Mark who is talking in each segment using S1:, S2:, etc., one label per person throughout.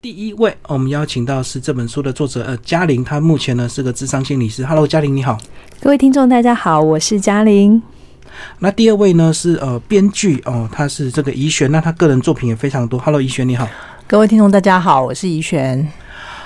S1: 第一位，哦我们邀请到是这本书的作者呃嘉玲，她目前呢是个智商心理师。Hello，嘉玲你好。
S2: 各位听众，大家好，我是嘉玲。
S1: 那第二位呢是呃编剧哦，他是这个怡璇，那他个人作品也非常多。Hello，怡璇你好。
S3: 各位听众，大家好，我是怡 璇。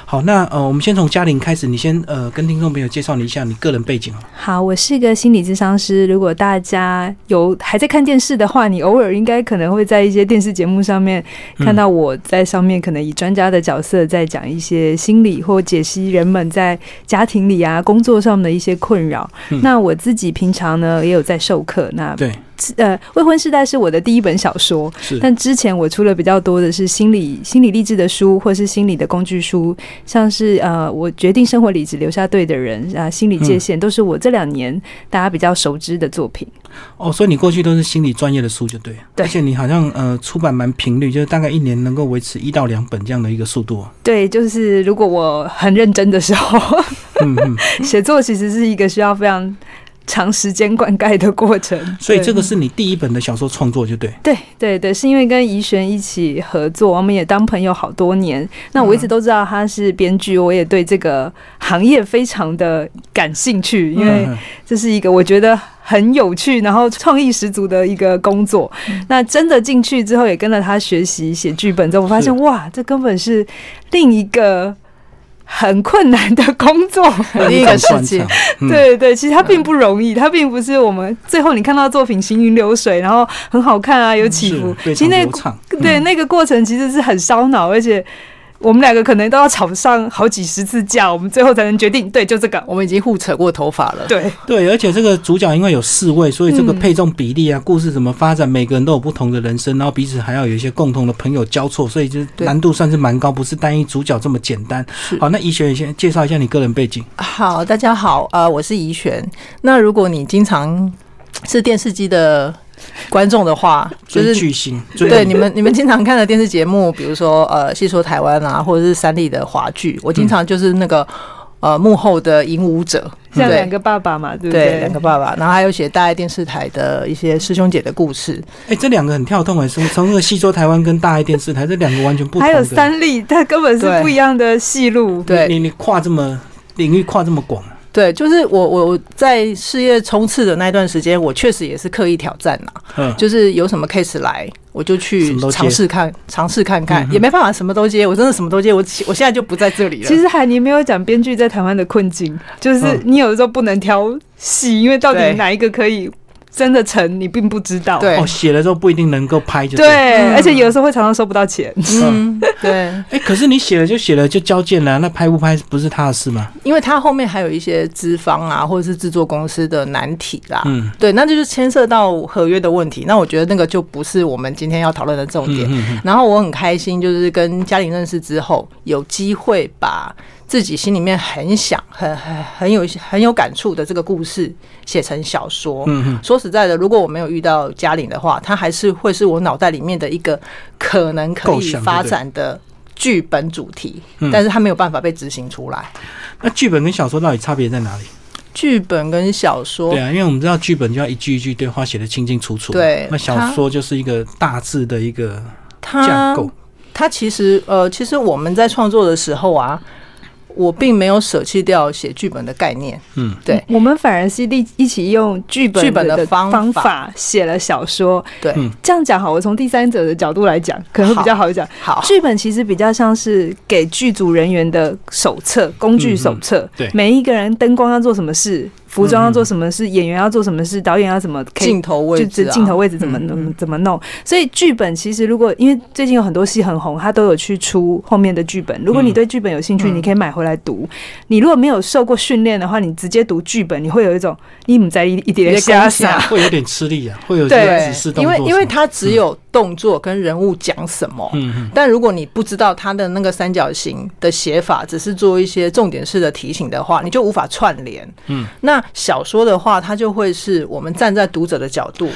S1: 好，那呃我们先从嘉玲开始，你先呃跟听众朋友介绍你一下你个人背景啊。
S2: 好，我是一个心理咨商师。如果大家有还在看电视的话，你偶尔应该可能会在一些电视节目上面
S1: 嗯
S2: 看到我在上面可能以专家的角色在讲一些心理或解析人们在家庭里啊、工作上的一些困扰。
S1: 嗯
S2: 那我自己平常呢也有在授课。那
S1: 对，
S2: 呃，《未婚世代》是我的第一本小说，
S1: 是
S2: 但之前我出了比较多的是心理心理励志的书，或是心理的工具书，像是呃，我决定生活里只留下对的人啊，心理界
S1: 嗯
S2: 限、都是我这两年大家比较熟知的作品。
S1: 哦，所以你过去都是心理专业的书就对了。
S2: 对
S1: 而且你好像呃出版蛮频率，就是大概一年能够维持一到两本这样的一个速度哦。
S2: 对，就是如果我很认真的时候，
S1: 嗯嗯，
S2: 写作其实是一个需要非常长时间灌溉的过程。
S1: 所以
S2: 对
S1: 这个是你第一本的小说创作就对。
S2: 对对对，是因为跟怡璇一起合作，我们也当朋友好多年。那
S1: 嗯
S2: 我一直都知道他是编剧，我也对这个行业非常的感兴趣，因为
S1: 嗯
S2: 这是一个我觉得很有趣，然后创意十足的一个工作。
S1: 嗯
S2: 那真的进去之后，也跟着他学习写剧本之后，我发
S1: 嗯
S2: 现哇，这根本是另一个很困难的工作。
S3: 另一个世
S1: 那
S3: 界，
S1: 你怎么办嗯
S2: 对对，其实它并不容易，它并不是我们最后你看到作品行云流水，然后很好看啊，有起伏。
S1: 是非
S2: 其
S1: 常
S2: 实那
S1: 流畅。
S2: 对，
S3: 嗯
S2: 那个过程其实是很烧脑，而且我们两个可能都要吵上好几十次架，我们最后才能决定，对，就这个。
S3: 我们已经互扯过头发了。
S2: 对，
S1: 对，而且这个主角因为有四位，所以这个
S2: 嗯
S1: 配重比例啊，故事怎么发展，每个人都有不同的人生，然后彼此还要有一些共同的朋友交错，所以就是
S3: 对
S1: 难度算是蛮高，不是单一主角这么简单。
S3: 是
S1: 好，那怡璇也先介绍一下你个人背景。
S3: 好，大家好，呃，我是怡璇。那如果你经常是电视机的观众 的话，就
S1: 追
S3: 是。
S1: 巨星，追
S3: 对你们，你们经常看的电视节目，比如说呃《戏说台湾》啊，或者是三立的华剧，我经常就是那个、呃幕后的引舞者，
S2: 像
S3: 对
S2: 两个爸爸嘛，对不
S3: 对，两个爸爸，然后还有写大爱电视台的一些师兄姐的故事，
S1: 哎，这两个很跳动哎，从从那个西周台湾跟大爱电视台这两个完全不同的。
S2: 还有三立，它根本是
S3: 对
S2: 不一样的戏路。
S3: 对，
S1: 你你跨这么领域跨这么广，啊
S3: 对，就是我我我在事业冲刺的那段时间，我确实也是刻意挑战啦，
S1: 嗯，
S3: 就是有什么 case 来，我就
S1: 什
S3: 去
S1: 么都接
S3: 尝试看，尝试看看
S1: 嗯，哼
S3: 也没办法什么都接，我真的什么都接，我起我现在就不在这里了。
S2: 其实海尼没有讲编剧在台湾的困境，就是
S1: 嗯
S2: 你有的时候不能挑戏，因为到底
S3: 对
S2: 哪一个可以真的成，你并不知道。
S3: 对
S1: 哦，写了之后不一定能够拍就
S2: 对，
S1: 对。
S3: 嗯
S2: 而且有的时候会常常收不到钱。
S3: 嗯，对，
S1: 哎，可是你写了就写了就交件了，那拍不拍不是他的事嘛？
S3: 因为他后面还有一些资方啊，或者是制作公司的难题啦。
S1: 嗯，
S3: 对，那就是牵涉到合约的问题。那我觉得那个就不是我们今天要讨论的重点。
S1: 嗯嗯 嗯
S3: 然后我很开心，就是跟嘉玲认识之后，有机会把自己心里面很想、很很很有很有感触的这个故事写成小说。
S1: 嗯嗯。
S3: 说实在的，如果我没有遇到嘉玲的话，她还是会是我脑袋里面的一个可能可
S1: 构
S3: 以
S1: 想
S3: 发展的剧本主题
S1: 嗯，
S3: 但是她没有办法被执行出来。
S1: 那剧本跟小说到底差别在哪里？
S3: 剧本跟小说
S2: 哦
S1: 对，啊，因为我们知道剧本就要一句一句对话写得清清楚楚嘛，
S3: 对
S1: 那小说就是一个大致的一个架
S3: 它
S1: 构，
S3: 它其实呃，其实我们在创作的时候啊，我并没有舍弃掉写剧本的概念。
S1: 嗯，
S3: 对，
S2: 我们反而是一一起用剧本
S3: 剧本的
S2: 的
S3: 方法
S2: 方法写了小说。
S3: 对
S1: 嗯
S2: 这样讲好，我从第三者的角度来讲，可能会比较好讲。
S3: 好，
S2: 剧本其实比较像是给剧组人员的手册、工具手册。
S3: 嗯
S1: 对
S2: 每一个人灯光要做什么事，服装要做什么事，演员要做什么事，导演要怎么可以
S3: 镜头位
S2: 就
S3: 置、
S2: 这
S3: 啊，
S2: 镜头位置怎么
S3: 嗯
S2: 怎
S3: 嗯
S2: 么怎么弄？所以剧本其实如果因为最近有很多戏很红，它都有去出后面的剧本。如果你
S1: 嗯
S2: 对剧本有兴趣，
S3: 嗯
S2: 你可以买回来读。你如果没有受过训练的话，你直接读剧本，你会有一种你们在一一叠瞎
S3: 你在
S2: 傻。
S1: 会有点吃力啊，会有一
S2: 对
S1: 些
S3: 对
S1: 指示，动
S3: 因
S1: 作
S3: 为
S1: 什么，
S3: 因为它只有动作跟人物讲什么。
S1: 嗯嗯
S3: 但如果你不知道它的那个三角形的写法，只是做一些重点式的提醒的话，你就无法串联。
S1: 嗯，
S3: 那小说的话，它就会是我们站在读者的角度，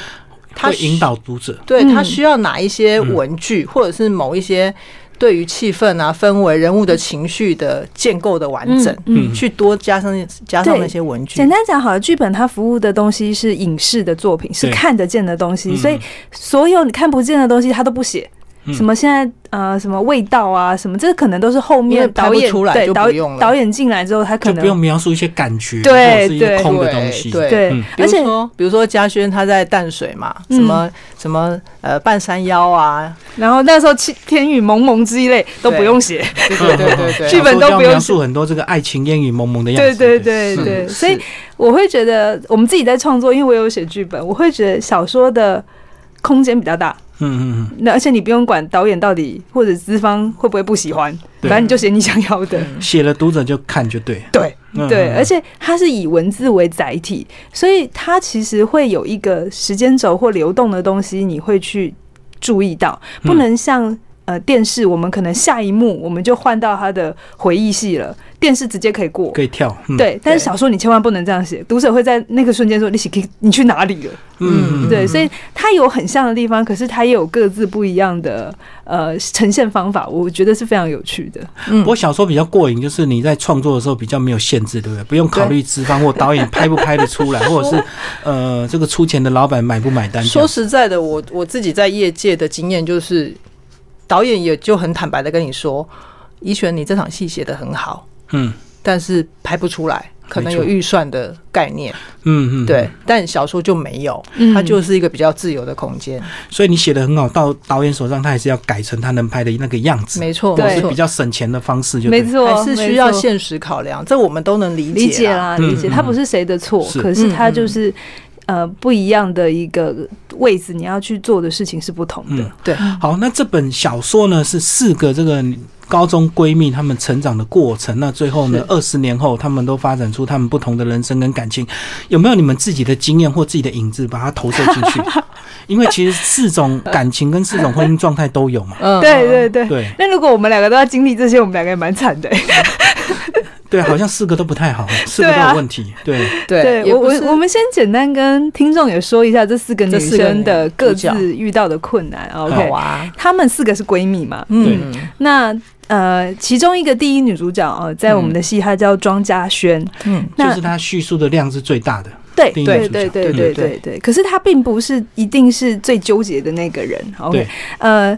S3: 它
S1: 会引导读者，
S3: 对
S2: 嗯
S3: 他需要哪一些文具，
S1: 嗯
S3: 或者是某一些对于气氛啊、氛围、人物的情绪的建构的完整，
S1: 嗯嗯
S3: 去多加上加上
S2: 对
S3: 那些文具
S2: 简。单讲好了，剧本它服务的东西是影视的作品，是
S1: 对
S2: 看得见的东西，
S1: 嗯
S2: 所以所有你看不见的东西它都不写。
S3: 嗯
S2: 什么现在呃什么味道啊什么，这可能都是后
S3: 因为
S2: 面
S3: 拍
S2: 导
S3: 不
S2: 演
S3: 出来
S2: 对
S3: 就
S2: 导
S3: 不用了
S2: 导演进来之后，他可
S1: 就不用
S2: 能
S1: 描述一些感觉，
S2: 对
S1: 或者是一些
S2: 对
S1: 空的东西，
S3: 对
S2: 对
S1: 嗯，
S3: 比
S2: 而
S3: 如
S2: 且
S3: 说，比如说嘉轩他在淡水嘛，
S2: 嗯
S3: 什么什么呃半山腰啊，
S2: 然后那时候气天雨蒙蒙之类都不用写，
S3: 对对对对对，
S2: 剧本都
S1: 小说
S2: 不用
S1: 就要描述很多这个爱情烟雨蒙蒙的样
S2: 对
S1: 子，嗯
S2: 对对
S1: 是
S2: 对，
S3: 是
S2: 所以我会觉得我们自己在创作，因为我有写剧本，我会觉得小说的空间比较大，
S1: 嗯嗯
S2: 那而且你不用管导演到底或者资方会不会不喜欢，
S1: 对
S2: 反正你就写你想要的。
S1: 嗯，写了读者就看就对，
S2: 对
S1: 嗯
S2: 对，
S1: 嗯
S2: 而且它是以文字为载体，所以它其实会有一个时间轴或流动的东西，你会去注意到，
S1: 嗯
S2: 不能像。呃，电视我们可能下一幕我们就换到它的回忆戏了，电视直接可以过，
S1: 可以跳，嗯，
S2: 对，但是
S3: 对
S2: 小说你千万不能这样写，读者会在那个瞬间说：“你去你去哪里了
S1: 嗯？”嗯，
S2: 对，所以它有很像的地方，可是它也有各自不一样的呃呈现方法，我觉得是非常有趣的。
S3: 嗯
S1: 不过小说比较过瘾，就是你在创作的时候比较没有限制，对不对？不用考虑资方或导演拍不拍得出来，或者是呃这个出钱的老板买不买单这
S3: 说
S1: 样。
S3: 实在的，我我自己在业界的经验就是，导演也就很坦白的跟你说，怡璇，你这场戏写的很好，
S1: 嗯
S3: 但是拍不出来，可能
S1: 没错
S3: 有预算的概念，
S1: 嗯嗯，
S3: 对。。但小说就没有，
S2: 嗯
S3: 它就是一个比较自由的空间，
S1: 所以你写的很好，到导演手上，他还是要改成他能拍的那个样子，
S3: 没错，
S2: 对
S1: 或
S3: 没
S1: 是
S3: 错
S1: 比。较省钱的方式就对了，
S2: 没错，
S3: 还是需要
S2: 没错
S3: 现实考量，这我们都能理
S2: 理解
S3: 啦。
S2: 啦，
S1: 嗯
S2: 理解，
S1: 嗯
S2: 它不是谁的错，
S1: 是
S2: 可是它
S3: 嗯嗯
S2: 就是呃不一样的一个位置，你要去做的事情是不同的。
S1: 嗯
S3: 对，
S1: 好，那这本小说呢是四个这个高中闺蜜她们成长的过程。那最后呢，二十年后，她们都发展出她们不同的人生跟感情。有没有你们自己的经验或自己的影子，把它投射进 去？因为其实四种感情跟四种婚姻状态都有嘛。
S3: 嗯
S2: 对对对。
S1: 对
S2: 那如果我们两个都要经历这些，我们两个也蛮惨的、
S1: 对，好像四个都不太好，四个
S2: 对
S1: 都
S2: 啊
S1: 有问题。对，
S3: 对，也
S2: 我
S3: 不
S2: 我
S3: 是
S2: 我们先简单跟听众也说一下这四个女
S3: 这四个
S2: 生的
S3: 女
S2: 各
S3: 主角
S2: 自遇到的困难。
S1: 好
S2: OK，
S3: 啊，
S2: 她们四个是闺蜜嘛？
S3: 嗯，
S2: 那呃，其中一个第一女主角哦，在我们的戏她叫庄嘉轩，
S3: 嗯，
S2: 那
S1: 就是它叙述的量是最大的。
S2: 对
S1: 第一
S2: 对
S1: 女
S2: 对
S1: 主
S2: 对
S1: 角
S2: 对
S1: 嗯
S2: 对对
S3: 对
S2: 对，可是她并不是一定是最纠结的那个人。OK，
S1: 对，
S2: 呃。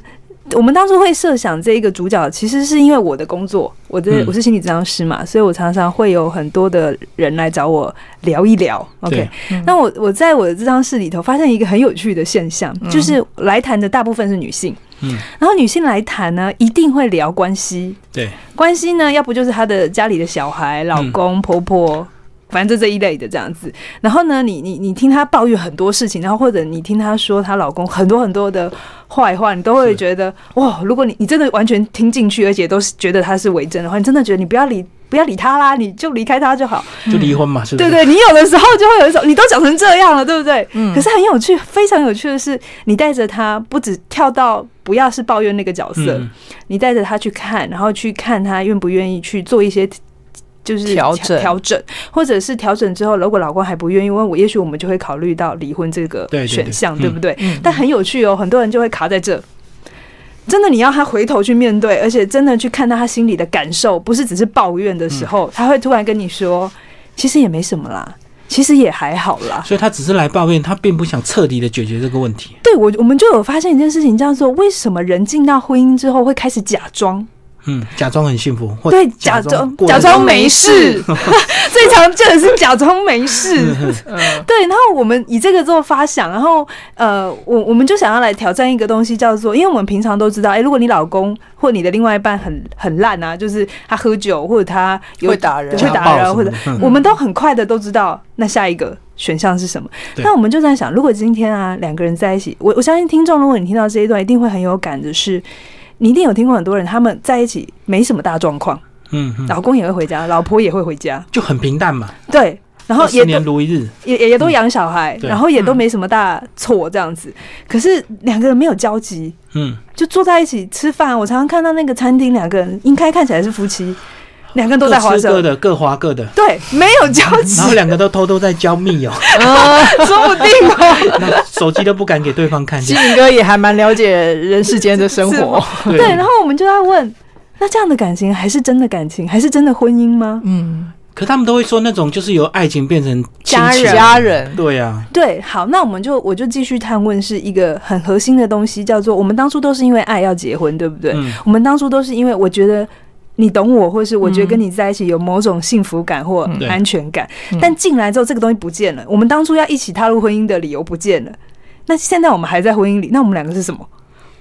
S2: 我们当初会设想这一个主角，其实是因为我的工作，我的、
S1: 嗯
S2: 我是心理治疗师嘛，所以我常常会有很多的人来找我聊一聊。OK，
S1: 对，
S2: 那我我在我的智商室里头发现一个很有趣的现象，就是来谈的大部分是女性，
S1: 嗯，
S2: 然后女性来谈呢，一定会聊关系，
S1: 对，
S2: 关系呢，要不就是她的家里的小孩、老公、婆婆。反正就这一类的这样子，然后呢，你你你听她抱怨很多事情，然后或者你听她说她老公很多很多的坏话，你都会
S1: 是
S2: 觉得哇，如果你你真的完全听进去，而且都是觉得她是为真的话，你真的觉得你不要理不要理她啦，你就离开她就好。
S1: 就离婚嘛，是不
S2: 对
S1: 是？
S2: 对，你有的时候就会有一种，你都讲成这样了，对不对？
S3: 嗯
S2: 可是很有趣，非常有趣的是，你带着他不止跳到不要是抱怨那个角色，
S1: 嗯
S2: 你带着他去看，然后去看他愿不愿意去做一些。就是
S3: 调整
S2: 调整，或者是调整之后，如果老公还不愿意，因为我也许我们就会考虑到离婚这个
S1: 对对对
S2: 选项，
S1: 嗯
S2: 对不对？
S3: 嗯
S2: 但很有趣哦，很多人就会卡在这。真的，你要他回头去面对，而且真的去看到他心里的感受，不是只是抱怨的时
S1: 嗯
S2: 候，他会突然跟你说：“其实也没什么啦，其实也还好啦。
S1: 所以她只是来抱怨，她并不想彻底的解决这个问题。
S2: 对”我，我们就有发现一件事情，叫做为什么人进到婚姻之后会开始假装？
S1: 嗯，假装很幸福，或
S2: 对，
S1: 假
S2: 假装
S1: 过得
S2: 假
S1: 很
S2: 装没事， 最常见的是假装没事。
S3: 嗯
S2: 对，然后我们以这个做发想，然后呃，我我们就想要来挑战一个东西，叫做，因为我们平常都知道，哎、如果你老公或你的另外一半很 很烂啊，就是他喝酒或者他有
S3: 会打人啊
S2: 会打人啊，
S1: 暴
S2: 或
S1: 什么
S2: 者
S1: 的嗯
S2: 我们都很快的都知道，那下一个选项是什么？
S1: 对
S2: 那我们就在想，如果今天啊两个人在一起，我我相信听众，如果你听到这一段，一定会很有感的是。你一定有听过很多人，他们在一起没什么大状况，
S1: 嗯嗯，
S2: 老公也会回家，老婆也会回家，
S1: 就很平淡嘛，
S2: 对，然后
S1: 十
S2: 也都
S1: 年如一日，
S2: 也也也都养小孩，
S1: 嗯对
S2: 然后也都没什么大错这样子。可是两个人没有交集，
S1: 嗯，
S2: 就坐在一起吃饭。啊我常常看到那个餐厅，两个人应该看起来是夫妻，两个人都在
S1: 各
S2: 划
S1: 吃各
S2: 手，
S1: 的，各划 各的，
S2: 对，没有交集
S1: 然，后两个都偷偷在交密友，
S2: 说不定哦。
S1: 那手机都不敢给对方看
S3: 基
S1: 见。
S3: 明哥也还蛮了解人世间的生
S2: 是
S3: 活
S2: 吗，对，然后我们就在问。那这样的感情还是真的感情，还是真的婚姻吗？
S3: 嗯，
S1: 可他们都会说那种就是由爱情变成亲
S2: 家
S1: 情
S2: 人
S3: 家人
S1: 对啊呀、
S2: 对，好，那我们就我就继续探问，是一个很核心的东西，叫做我们当初都是因为爱要结婚，对不对？
S1: 嗯
S2: 我们当初都是因为我觉得你懂我，或是我觉得跟你在一起有某种幸福感或
S1: 对
S2: 安全感，
S3: 嗯
S2: 但进来之后这个东西不见了，我们当初要一起踏入婚姻的理由不见了，那现在我们还在婚姻里，那我们两个是什么？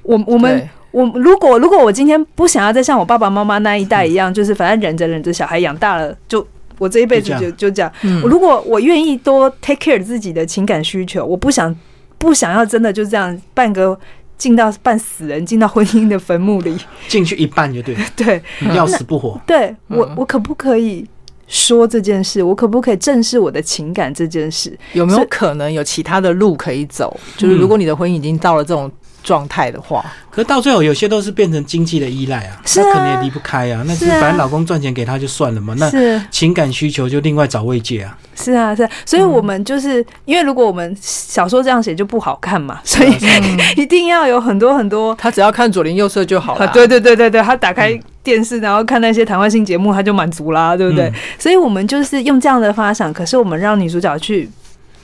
S2: 我我们
S3: 对
S2: 我如果如果我今天不想要再像我爸爸妈妈那一代一样，就是反正忍着忍着，小孩养大了就。我这一辈子
S1: 就这
S2: 就
S1: 样
S2: 就这样。
S3: 嗯
S2: 我如果我愿意多 take care 自己的情感需求，我不想不想要真的就这样半个进到半死人，进到婚姻的坟墓里。
S1: 进去一半就对了，
S2: 对
S1: 要死不活。
S2: 对，我
S3: 嗯
S2: 我可不可以说这件事？我可不可以正视我的情感这件事？
S3: 有没有
S2: 是
S3: 可能有其他的路可以走？就是嗯如果你的婚姻已经到了这种状态的话，
S1: 可到最后，有些都是变成经济的依赖啊，
S2: 是啊
S1: 那可能也离不开啊。那就是
S2: 啊
S1: 反正老公赚钱给她就算了嘛，那
S2: 是
S1: 情感需求就另外找慰藉啊。
S2: 是啊是啊，所以我们就是、因为如果我们小说这样写就不好看嘛，所以 一定要有很多很多
S3: 他只要看左邻右舍就好了。
S2: 啊，对对对对对，他打开电视，然后看那些谈话性节目，他就满足啦，对不对？
S1: 嗯
S2: 所以我们就是用这样的发想，可是我们让女主角去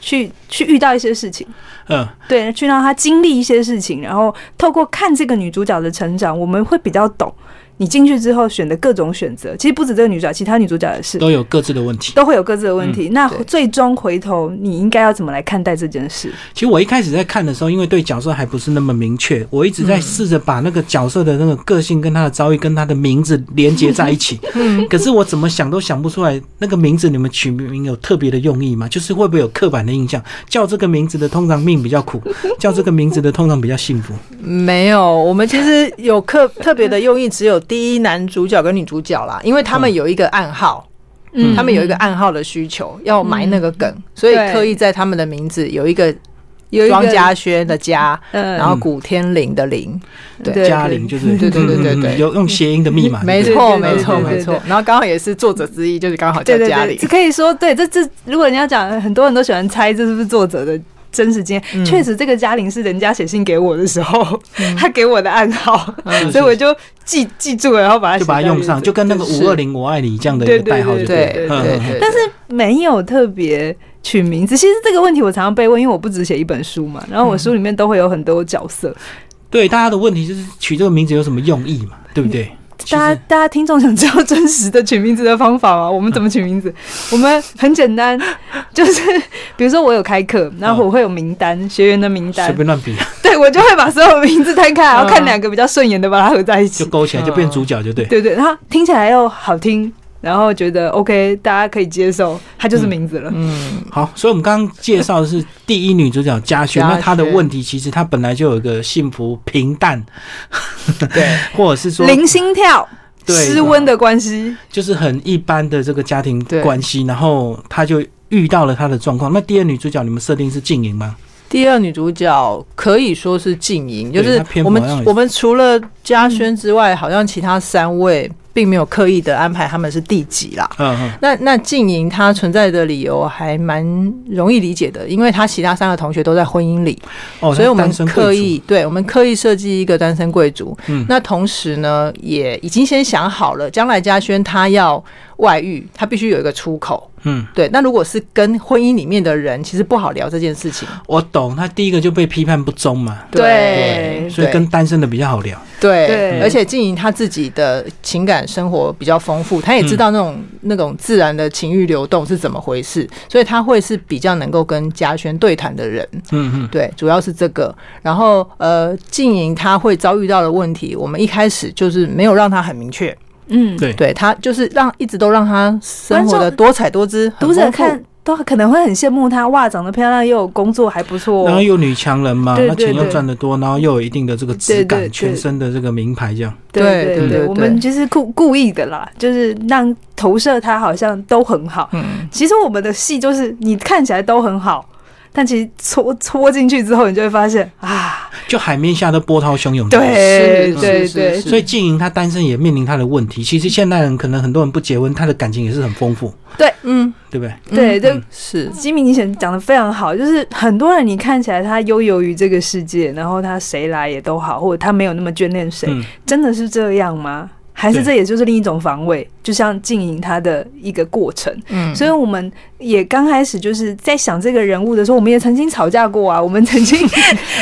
S2: 去去遇到一些事情，
S1: 嗯，
S2: 对，去让她经历一些事情，然后透过看这个女主角的成长，我们会比较懂你进去之后选的各种选择。其实不止这个女主角，其他女主角也是。
S1: 都有各自的问题。
S2: 都会有各自的问题，那
S3: 对
S2: 最终回头你应该要怎么来看待这件事？
S1: 其实我一开始在看的时候，因为对角色还不是那么明确，我一直在试着把那个角色的那个个性、跟他的遭遇、跟他的名字连接在一起。
S3: 嗯，
S1: 可是我怎么想都想不出来，那个名字你们取名有特别的用意吗？就是会不会有刻板的印象？叫这个名字的通常命比较 苦，叫这个名字的通常比较幸福。
S3: 没有，我们其实有特特别的用意，只有第一男主角跟女主角啦，因为他们有一个暗号，
S1: 嗯
S3: 他们有一个暗号的需求，要埋那个梗，所以
S2: 对
S3: 刻意在他们的名字有一个
S2: 有一
S3: 庄
S2: 个
S3: 家轩的家，
S2: 呃
S3: 然后古天林的林，对
S2: 对
S1: 嘉玲就是
S3: 对对对对对
S1: 嗯有用谐音的密码，
S3: 没
S1: 对
S2: 对
S3: 错
S2: 对
S3: 没错
S1: 对对
S3: 没错
S2: 对。
S3: 然后刚好也是作者之一，就是刚好叫
S2: 对对
S3: 嘉
S2: 对，
S3: 玲
S2: 这，可以说对，这这如果你要讲，很多人都喜欢猜这是不是作者的真实经
S3: 嗯
S2: 验。确、实，这个嘉玲是人家写信给我的时候， 他给我的暗号，
S3: 嗯
S1: 是
S2: 所以我就记记住了，然后把它
S1: 就把它
S2: 写在
S1: 用
S2: 日
S1: 上，
S2: 子
S1: 就跟那个
S3: 是
S1: 五二零我爱你这样的一个代号就
S3: 对
S1: 对
S3: 对
S1: 了嗯
S3: 对
S1: 嗯嗯
S3: 对。
S2: 但是没有特别取名字。其实这个问题我常常被问，因为我不只写一本书嘛，然后我
S1: 嗯
S2: 书里面都会有很多角色。
S1: 对大家的问题就是取这个名字有什么用意嘛，对不对？
S3: 嗯
S1: 其
S2: 大
S1: 实
S2: 家大家听众想知道真实的取名字的方法吗？我们怎么取名字？ 我们很简单，就是比如说我有开课，
S1: 嗯
S2: 然后我会有名单，学员的名
S1: 随
S2: 单，
S1: 便乱比啊
S2: 对我就会把所有名字摊开，然后
S3: 嗯
S2: 看两个比较顺眼的，把它合在一
S1: 就
S2: 起。
S1: 勾起来就变主角就对。
S2: 对对，然后听起来又好听，然后觉得 OK，大家可以接受，它就是名字了。
S3: 嗯，
S1: 好，所以我们刚刚介绍的是第一女主角嘉轩，
S3: 嘉轩
S1: 那她的问题其实她本来就有一个幸福平淡，
S3: 对，
S1: 或者是说
S2: 零心跳、
S1: 对
S2: 失温的关系，
S1: 就是很一般的这个家庭
S3: 对
S1: 关系，然后她就遇到了她的状况。那第二女主角你们设定是静莹吗？
S3: 第二女主角可以说是静莹，
S1: 对
S3: 就是
S1: 她偏
S3: 我
S1: 好像也
S3: 们
S1: 是
S3: 我们除了嘉轩之外，好像其他三位并没有刻意的安排他们是第几啦。
S1: 嗯嗯，
S3: 那那静莹她存在的理由还蛮容易理解的，因为她其他三个同学都在婚姻里，
S1: 哦，
S3: 所以我
S1: 她
S3: 们
S1: 单身贵族
S3: 刻意对我们刻意设计一个单身贵族。
S1: 嗯
S3: 那同时呢，也已经先想好了，将来嘉轩他要外遇，他必须有一个出口。
S1: 嗯，
S3: 对，那如果是跟婚姻里面的人，其实不好聊这件事情。
S1: 我懂，她第一个就被批判不忠嘛，
S2: 对
S1: 所以
S3: 对
S1: 跟单身的比较好聊。
S3: 对，
S2: 对
S3: 而且静莹她自己的情感生活比较丰富，她也
S1: 嗯
S3: 知道那种、那种自然的情欲流动是怎么回事，所以她会是比较能够跟嘉轩对谈的人。
S1: 嗯嗯。
S3: 对，主要是这个。然后呃，静莹她会遭遇到的问题，我们一开始就是没有让她很明确，
S2: 嗯，
S1: 对
S3: 对她就是让一直都让她生活
S2: 观
S3: 的
S2: 众
S3: 多彩多姿，很
S2: 读者
S3: 丰富嗯
S2: 看都可能会很羡慕她，哇，长得漂亮又有工作还不错、
S1: 然后
S2: 哦。
S1: 又女强人嘛，
S2: 对
S1: 那
S2: 对
S1: 钱又
S2: 对
S1: 赚得多，然后又有一定的这个质
S2: 对对
S1: 感，
S2: 对
S1: 全身的这个名牌这样。
S2: 对对
S3: 对对
S2: 对，
S3: 对
S2: 我
S3: 对
S2: 们就是故故意的啦，就是让投射他好像都很好。
S3: 嗯，
S2: 其实我们的戏就是你看起来都很好，但其实戳戳进去之后，你就会发现啊，
S1: 就海面下的波涛汹涌。
S2: 对
S3: 嗯是
S2: 对
S3: 是
S2: 对
S3: 是
S1: 所以静莹她单身也面临她的问题。其实现代人可能很多人不结婚，她的感情也是很丰富，
S3: 嗯，
S1: 对不对？
S2: 对，就
S3: 是
S2: 吉米，你想讲的非常好，就是很多人你看起来他悠游于这个世界，然后他谁来也都好，或者他没有那么眷恋谁，
S1: 嗯，
S2: 真的是这样吗？还是
S1: 对
S2: 这也就是另一种防卫，就像经营它的一个过程。
S3: 嗯，
S2: 所以我们也刚开始就是在想这个人物的时候，我们也曾经吵架过啊，我们曾 经。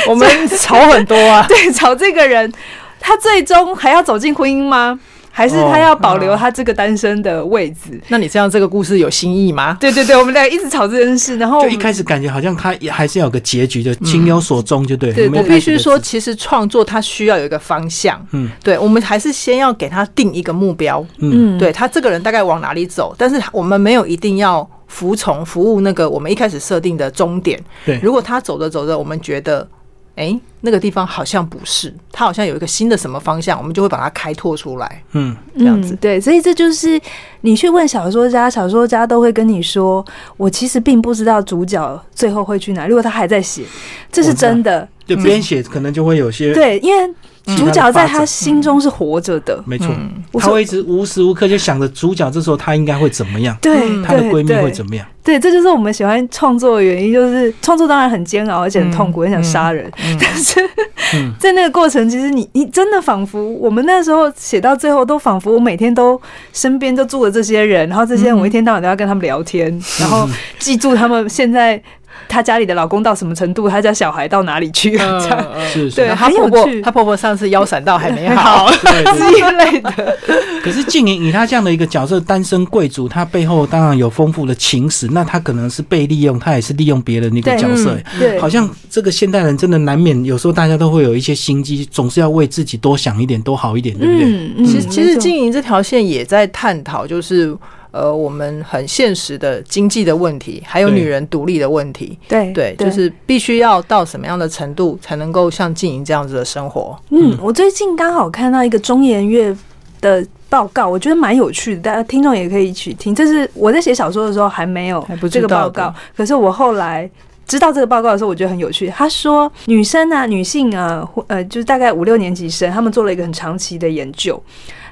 S3: 我们吵很多啊
S2: 对吵这个人，他最终还要走进婚姻吗？还
S1: 哦
S2: 是他要保留他这个单身的位置？
S3: 那你这样这个故事有新意吗？
S2: 对对对，我们俩一直吵这件事，然后
S1: 就一开始感觉好像他也还是要有个结局的，情有所终，就对了。
S2: 哦嗯对
S1: 我们
S3: 我
S1: 一开
S3: 必
S1: 始
S3: 须
S1: 的
S3: 说，
S1: 自己，
S3: 其实创作它需要有一个方向，
S1: 嗯
S3: 对，我们还是先要给他定一个目标，
S1: 嗯，
S2: 嗯，
S3: 对他这个人大概往哪里走，但是我们没有一定要服从服务那个我们一开始设定的终点。
S1: 对
S3: 如果他走着走着，我们觉得。诶，那个地方好像不是，他好像有一个新的什么方向，我们就会把它开拓出来。
S1: 嗯，
S3: 这样子
S2: 嗯。对，所以这就是你去问小说家，小说家都会跟你说，我其实并不知道主角最后会去哪。如果他还在写，这是真的。
S1: 对，编写可能就会有些，
S2: 对，因为
S1: 嗯
S2: 主角在他心中是活着的。
S1: 没错，
S2: 嗯我
S1: 他
S2: 说
S1: 会一直无时无刻就想着主角这时候他应该会怎么样，
S2: 嗯对，
S1: 嗯他的闺蜜会
S2: 么？
S1: 怎么样，
S2: 对，这就是我们喜欢创作的原因，就是创作当然很煎熬，而且很痛
S1: 嗯
S2: 苦，很想杀人。但是 在那个过程，其实你你真的仿佛我们那时候写到最后，都仿佛我每天都身边都住了这些人，然后这
S1: 嗯
S2: 些人我一天到晚都要跟他们聊天，然后记住他们现在他家里的老公到什么程度，他家小孩到哪里去了、 这样
S3: 嗯
S1: 是是，
S2: 对
S3: 然后她
S2: 很有
S3: 婆婆
S2: 趣，
S3: 她婆婆上次腰闪到还没 好，
S1: 对对
S2: 之类的。
S1: 可是静莹以她这样的一个角色，单身贵族，她背后当然有丰富的情史，那她可能是被利用，她也是利用别人的一个
S2: 对
S1: 角色、
S3: 嗯
S1: 欸
S2: 对
S1: 好像这个现代人真的难免，有时候大家都会有一些心机，总是要为自己多想一点，多好一点，对不对？
S2: 嗯，嗯
S3: 其实，其实
S2: 没错
S3: 经营这条线也在探讨，就是呃，我们很现实的经济的问题，还有
S1: 对
S3: 女人独立的问题。
S2: 对
S3: 对，就是必须要到什么样的程度，才能够像经营这样子的生活？
S2: 嗯，我最近刚好看到一个中研院的报告，我觉得蛮有趣的，大家听众也可以一起听。这是我在写小说的时候还没有
S3: 还不知
S2: 这个
S3: 道
S2: 报
S3: 的
S2: 告，可是我后来。知道这个报告的时候，我觉得很有趣。他说，女生啊，女性啊，或呃，就是大概五六年级生，他们做了一个很长期的研究，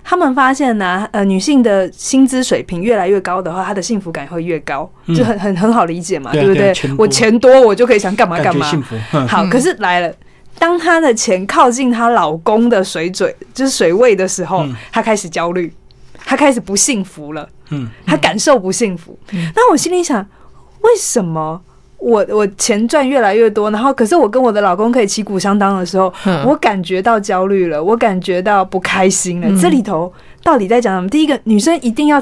S2: 他们发现呢、呃，女性的薪资水平越来越高的话，她的幸福感会越高，
S1: 嗯
S2: 就很很很好理解嘛，
S1: 对啊
S2: 不
S1: 对啊
S2: 对？
S1: 钱多
S2: 我钱多，我就可以想干嘛
S1: 感
S2: 干
S1: 觉
S2: 嘛。
S1: 幸福，嗯，
S2: 好，可是来了。当她的钱靠近她老公的水准，就是水位的时候
S1: 嗯，
S2: 她开始焦虑，她开始不幸福了，
S1: 嗯，
S2: 她感受不幸福。那我心里想，为什么我我钱赚越来越多，然后可是我跟我的老公可以旗鼓相当的时候，
S3: 嗯
S2: 我感觉到焦虑了，我感觉到不开心了。
S1: 嗯
S2: 这里头到底在讲什么？第一个，女生一定要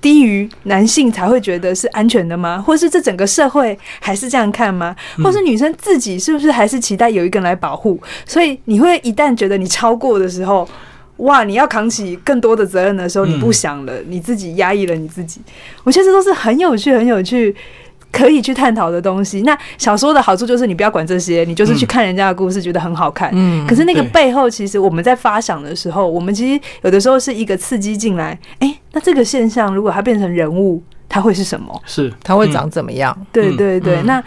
S2: 低于男性才会觉得是安全的吗？或是这整个社会还是这样看吗？
S1: 嗯
S2: 或是女生自己是不是还是期待有一个人来保护？所以你会一旦觉得你超过的时候，哇，你要扛起更多的责任的时候，
S1: 嗯
S2: 你不想了，你自己压抑了你自己。我觉得这都是很有趣、很有趣。可以去探讨的东西。那小说的好处就是你不要管这些，你就是去看人家的故事，觉得很好看。
S3: 嗯
S2: 可是那个
S1: 对
S2: 背后，其实我们在发想的时候，我们其实有的时候是一个刺激进来。哎、那这个现象如果它变成人物，它会是什么？
S1: 是
S3: 它会长怎么样？
S2: 对
S1: 嗯
S2: 对对，
S3: 嗯
S2: 那。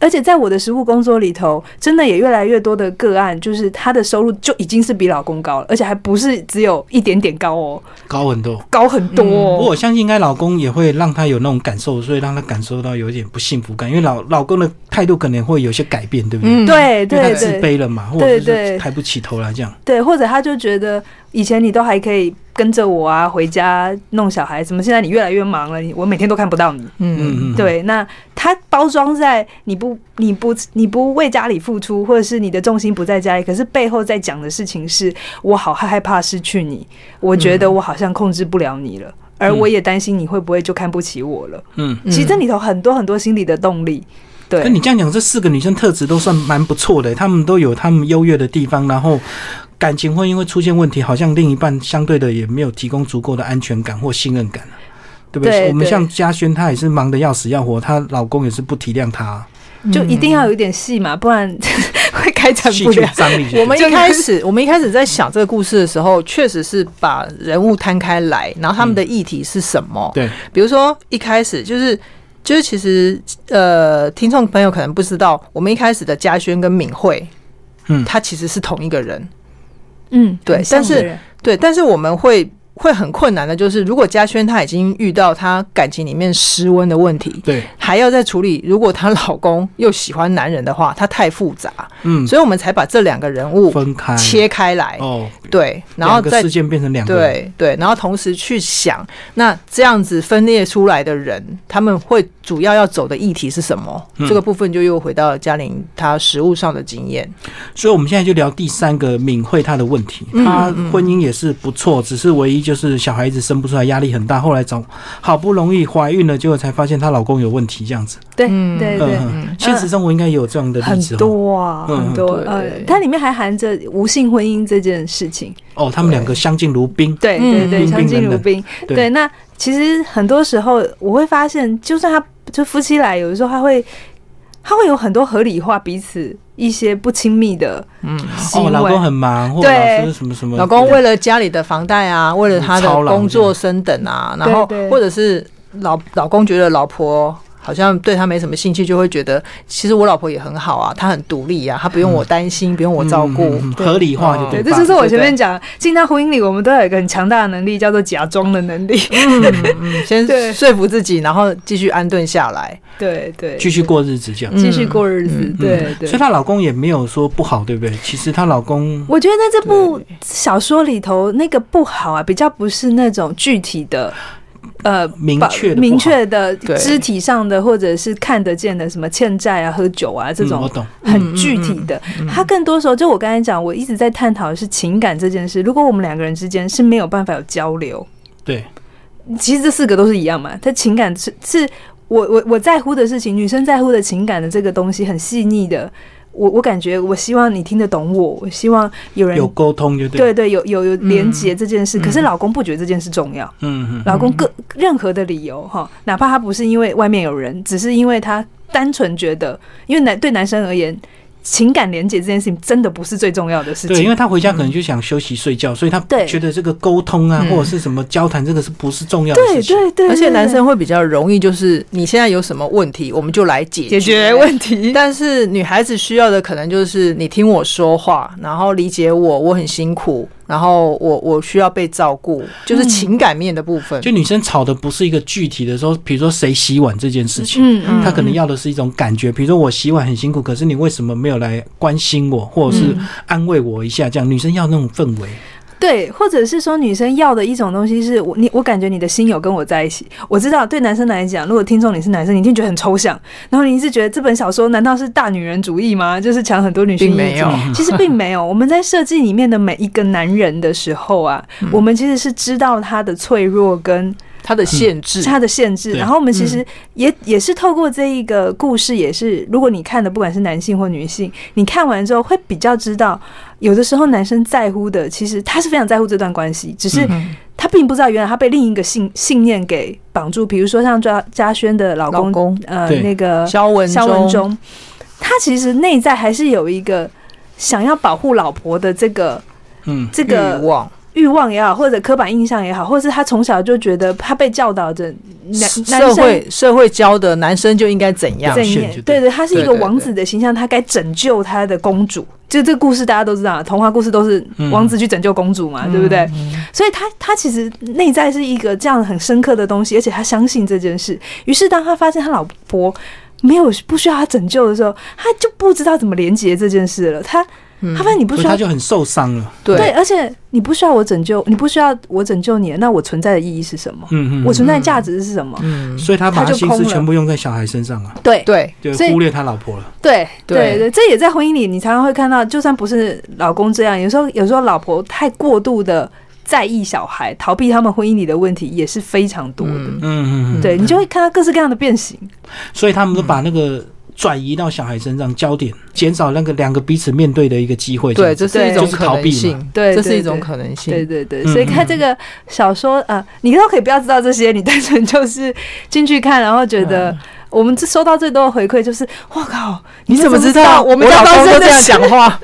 S2: 而且在我的实务工作里头，真的也越来越多的个案，就是她的收入就已经是比老公高了，而且还不是只有一点点高哦，
S1: 高很多。
S2: 高很多、
S1: 不
S2: 哦
S1: 过我相信，应该老公也会让她有那种感受，所以让她感受到有一点不幸福感，因为老老公的态度可能会有些改变，对不对？
S3: 嗯，
S2: 对
S1: 因为
S2: 对
S1: 他自
S2: 对，
S1: 卑了嘛，或者
S2: 对
S1: 是
S2: 对
S1: 说抬不起头来这样。
S2: 对，或者他就觉得以前你都还可以跟着我啊，回家弄小孩，怎么现在你越来越忙了？你我每天都看不到你。
S3: 嗯，
S1: 嗯嗯，嗯，
S2: 对，那他包装在你不你不你不为家里付出，或者是你的重心不在家里，可是背后在讲的事情是我好害怕失去你，我觉
S1: 嗯
S2: 得我好像控制不了你了。而我也担心你会不会就看不起我了。
S1: 嗯。
S2: 其实这里头很多很多心理的动力，对，
S1: 跟你这样讲，这四个女生特质都算蛮不错的，她们都有她们优越的地方，然后感情会因为出现问题，好像另一半相对的也没有提供足够的安全感或信任感啊对不对？
S2: 对
S1: 我们
S2: 对
S1: 像嘉轩，她也是忙得要死要活，她老公也是不体谅她啊，
S2: 就一定要有一点戏嘛，不然 会开展
S1: 戏
S2: 不
S1: 剧
S2: 了。
S1: 张力就对。
S3: 我们一
S2: 就是
S3: 开始，我们一开始在想这个故事的时候，确实是把人物摊开来，然后他们的议题是什么？
S1: 嗯对，
S3: 比如说一开始就是。就是其实，呃，听众朋友可能不知道，我们一开始的嘉轩跟敏慧，
S1: 嗯
S3: 他其实是同一个人，
S2: 嗯，
S3: 对
S2: 很像
S3: 但是
S2: 的人
S3: 对，但是我们会。会很困难的，就是如果嘉轩她已经遇到她感情里面失温的问题，
S1: 对，
S3: 还要再处理，如果她老公又喜欢男人的话，她太复杂，
S1: 嗯，
S3: 所以我们才把这两个人物
S1: 分开
S3: 切开来，
S1: 嗯哦，
S3: 对，然后
S1: 两个
S3: 再
S1: 事件变成两个人，
S3: 对对，然后同时去想，那这样子分裂出来的人，他们会主要要走的议题是什么？
S1: 嗯
S3: 这个部分就又回到嘉玲她实物上的经验。
S1: 所以我们现在就聊第三个敏慧她的问题，
S2: 嗯
S1: 她婚姻也是不错，只是唯一就是小孩子生不出来，压力很大。后来总好不容易怀孕了，结果才发现她老公有问题，这样子。
S2: 对
S3: 嗯
S2: 对对，
S1: 嗯，现实生活应该也有这样的
S2: 很
S1: 例子哦。
S2: 多啊，
S1: 嗯
S2: 很多
S3: 对。
S2: 呃，它里面还含着无性婚姻这件事情。
S1: 哦，他们两个相敬如宾。
S2: 对对对，
S1: 嗯
S2: 相敬如宾。
S1: 对
S2: 对，那其实很多时候我会发现，就算他就夫妻来，有的时候他会他会有很多合理化彼此一些不亲密的
S3: 嗯，
S2: 行
S1: 哦，
S2: 为。
S1: 老公很忙，或者
S2: 对
S1: 老师什么什么。
S3: 老公为了家里的房贷啊，为了他的
S1: 操劳嗯
S3: 工作升等啊，然后
S2: 对对
S3: 或者是老老公觉得老婆。好像对他没什么兴趣，就会觉得其实我老婆也很好啊，她很独立啊，她不用我担心，不用我照顾。
S1: 嗯嗯嗯嗯合理化就对
S2: 对，这
S1: 吧。
S2: 就是我
S3: 对
S2: 前
S3: 对
S2: 面讲，进到婚姻里，我们都有一个很强大的能力，叫做假装的能力。
S3: 嗯先
S2: 对
S3: 说服自己，然后继续安顿下来。
S2: 对对，
S1: 继续过日子这样。
S2: 继续过日子
S3: 嗯。
S2: 对
S1: 所以
S2: 对。
S1: 她老公也没有说不好，对不对？其实她老公
S2: 我觉得在这部小说里头，那个不好啊，比较不是那种具体的，呃，
S1: 明
S2: 把
S1: 确的不好
S2: 明确的
S3: 对
S2: 肢体上的，或者是看得见的，什么欠债啊、喝酒啊这
S1: 嗯我
S2: 种
S1: 懂，
S2: 很具体的。他更多时候，就我刚才讲，我一直在探讨的是情感这件事。如果我们两个人之间是没有办法有交流，
S1: 对，
S2: 其实这四个都是一样嘛。他情感是是我我我在乎的事情，女生在乎的情感的这个东西很细腻的。我我感觉，我希望你听得懂我，我希望有人
S1: 有沟通就对。
S2: 对对有有有连接这件事。可是老公不觉得这件事重要，
S1: 嗯，嗯嗯，
S2: 老公各任何的理由哈，哪怕他不是因为外面有人，只是因为他单纯觉得，因为男对男生而言。情感连接这件事情真的不是最重要的事情，
S1: 对，因为她回家可能就想休息睡觉，所以她
S2: 嗯对
S1: 觉得这个沟通啊，
S3: 嗯
S1: 或者是什么交谈，这个是不是重要的
S2: 对
S1: 事情？
S2: 对 对，
S3: 而且
S2: 对
S3: 男
S2: 对
S3: 生会比较容易，就是你现在有什么问题，我们就来解
S2: 解决问题，
S3: 但是女孩子需要的可能就是你听我说话，然后理解我，我很辛苦，然后我我需要被照顾，就是情感面的部分。
S1: 就女生吵的不是一个具体的说，比如说谁洗碗这件事情，
S2: 嗯嗯，
S1: 她可能要的是一种感觉，比如说我洗碗很辛苦，可是你为什么没有来关心我，或者是
S2: 嗯
S1: 安慰我一下？这样女生要那种氛围，
S2: 对，或者是说女生要的一种东西是我你我感觉你的心有跟我在一起。我知道对男生来讲，如果听众你是男生，你一定觉得很抽象，然后你一直觉得这本小说难道是大女人主义吗？就是讲很多女性
S3: 并没
S2: 意
S3: 有
S2: 见，其实并没有。我们在设计里面的每一个男人的时候 啊，
S3: 嗯
S2: 我们其实是知道他的脆弱跟
S3: 它的限制，
S2: 它的限制。
S1: 对嗯
S2: 然后我们其实也、也是透过这一个故事，也是如果你看的不管是男性或女性，你看完之后会比较知道，有的时候男生在乎的，其实他是非常在乎这段关系，只是
S3: 嗯
S2: 他并不知道原来他被另一个信信念给绑住。比如说像抓嘉轩的老公，
S3: 老公
S2: 呃，
S1: 对
S2: 那个
S3: 肖文
S2: 肖文忠，他其实内在还是有一个想要保护老婆的这个
S1: 嗯，
S2: 这
S3: 欲
S2: 个
S3: 望，
S2: 欲望也好，或者刻板印象也好，或是他从小就觉得他被教导着男男生
S3: 社会社会教的男生就应该怎样
S1: 这？
S2: 怎
S1: 现
S2: 样
S1: 就对
S2: 对对，他是一个
S3: 对对
S2: 王子的形象，他该拯救他的公主。就这个故事大家都知道，童话故事都是
S1: 嗯
S2: 王子去拯救公主嘛，对不对？所以他他其实内在是一个这样很深刻的东西，而且他相信这件事。于是当他发现他老婆没有不需要他拯救的时候，他就不知道怎么连接这件事了。他他发现你不
S1: 所以
S2: 需要
S1: 她就很受伤了。
S2: 对，
S3: 对，
S2: 而且你不需要我拯救，你不需要我拯救你，那我存在的意义是什么？
S1: 嗯嗯，
S2: 我存在的价值是什么？
S3: 嗯，
S1: 所以她把
S2: 她
S1: 她
S2: 就
S1: 心
S2: 空
S1: 思
S2: 了
S1: 全部用在小孩身上啊，
S2: 对
S3: 对，
S1: 就
S2: 所以
S1: 忽略她老婆了。
S2: 对对
S3: 对
S2: 对，这也在婚姻里，你常常会看到，就算不是老公这样，有时候有时候老婆太过度的在意小孩，逃避他们婚姻里的问题也是非常多的。
S3: 嗯
S1: 嗯嗯嗯，
S2: 对你就会看到各式各样的变形，
S1: 所以他们都
S3: 嗯
S1: 把那个转移到小孩身上，焦点减少那个两个彼此面对的一个机会。
S3: 对，
S1: 这
S3: 这
S1: 样子
S3: 是一种
S1: 就是
S3: 可
S1: 逃避
S3: 能
S1: 嘛
S3: 性，
S2: 对
S3: 这是
S2: 对
S3: 一种
S2: 对
S3: 可能性。
S2: 对对对，
S1: 嗯
S2: 所以看这个小说啊、呃你都可以不要知道这些，你单纯就是进去看，然后觉得
S3: 嗯
S2: 我们这收到最多的回馈就是，我靠，
S3: 你
S2: 们
S3: 怎么
S2: 知
S3: 知道
S2: 我们家
S3: 老
S2: 发
S3: 公
S2: 生
S3: 都
S2: 的
S3: 这样
S2: 事
S3: 讲？话？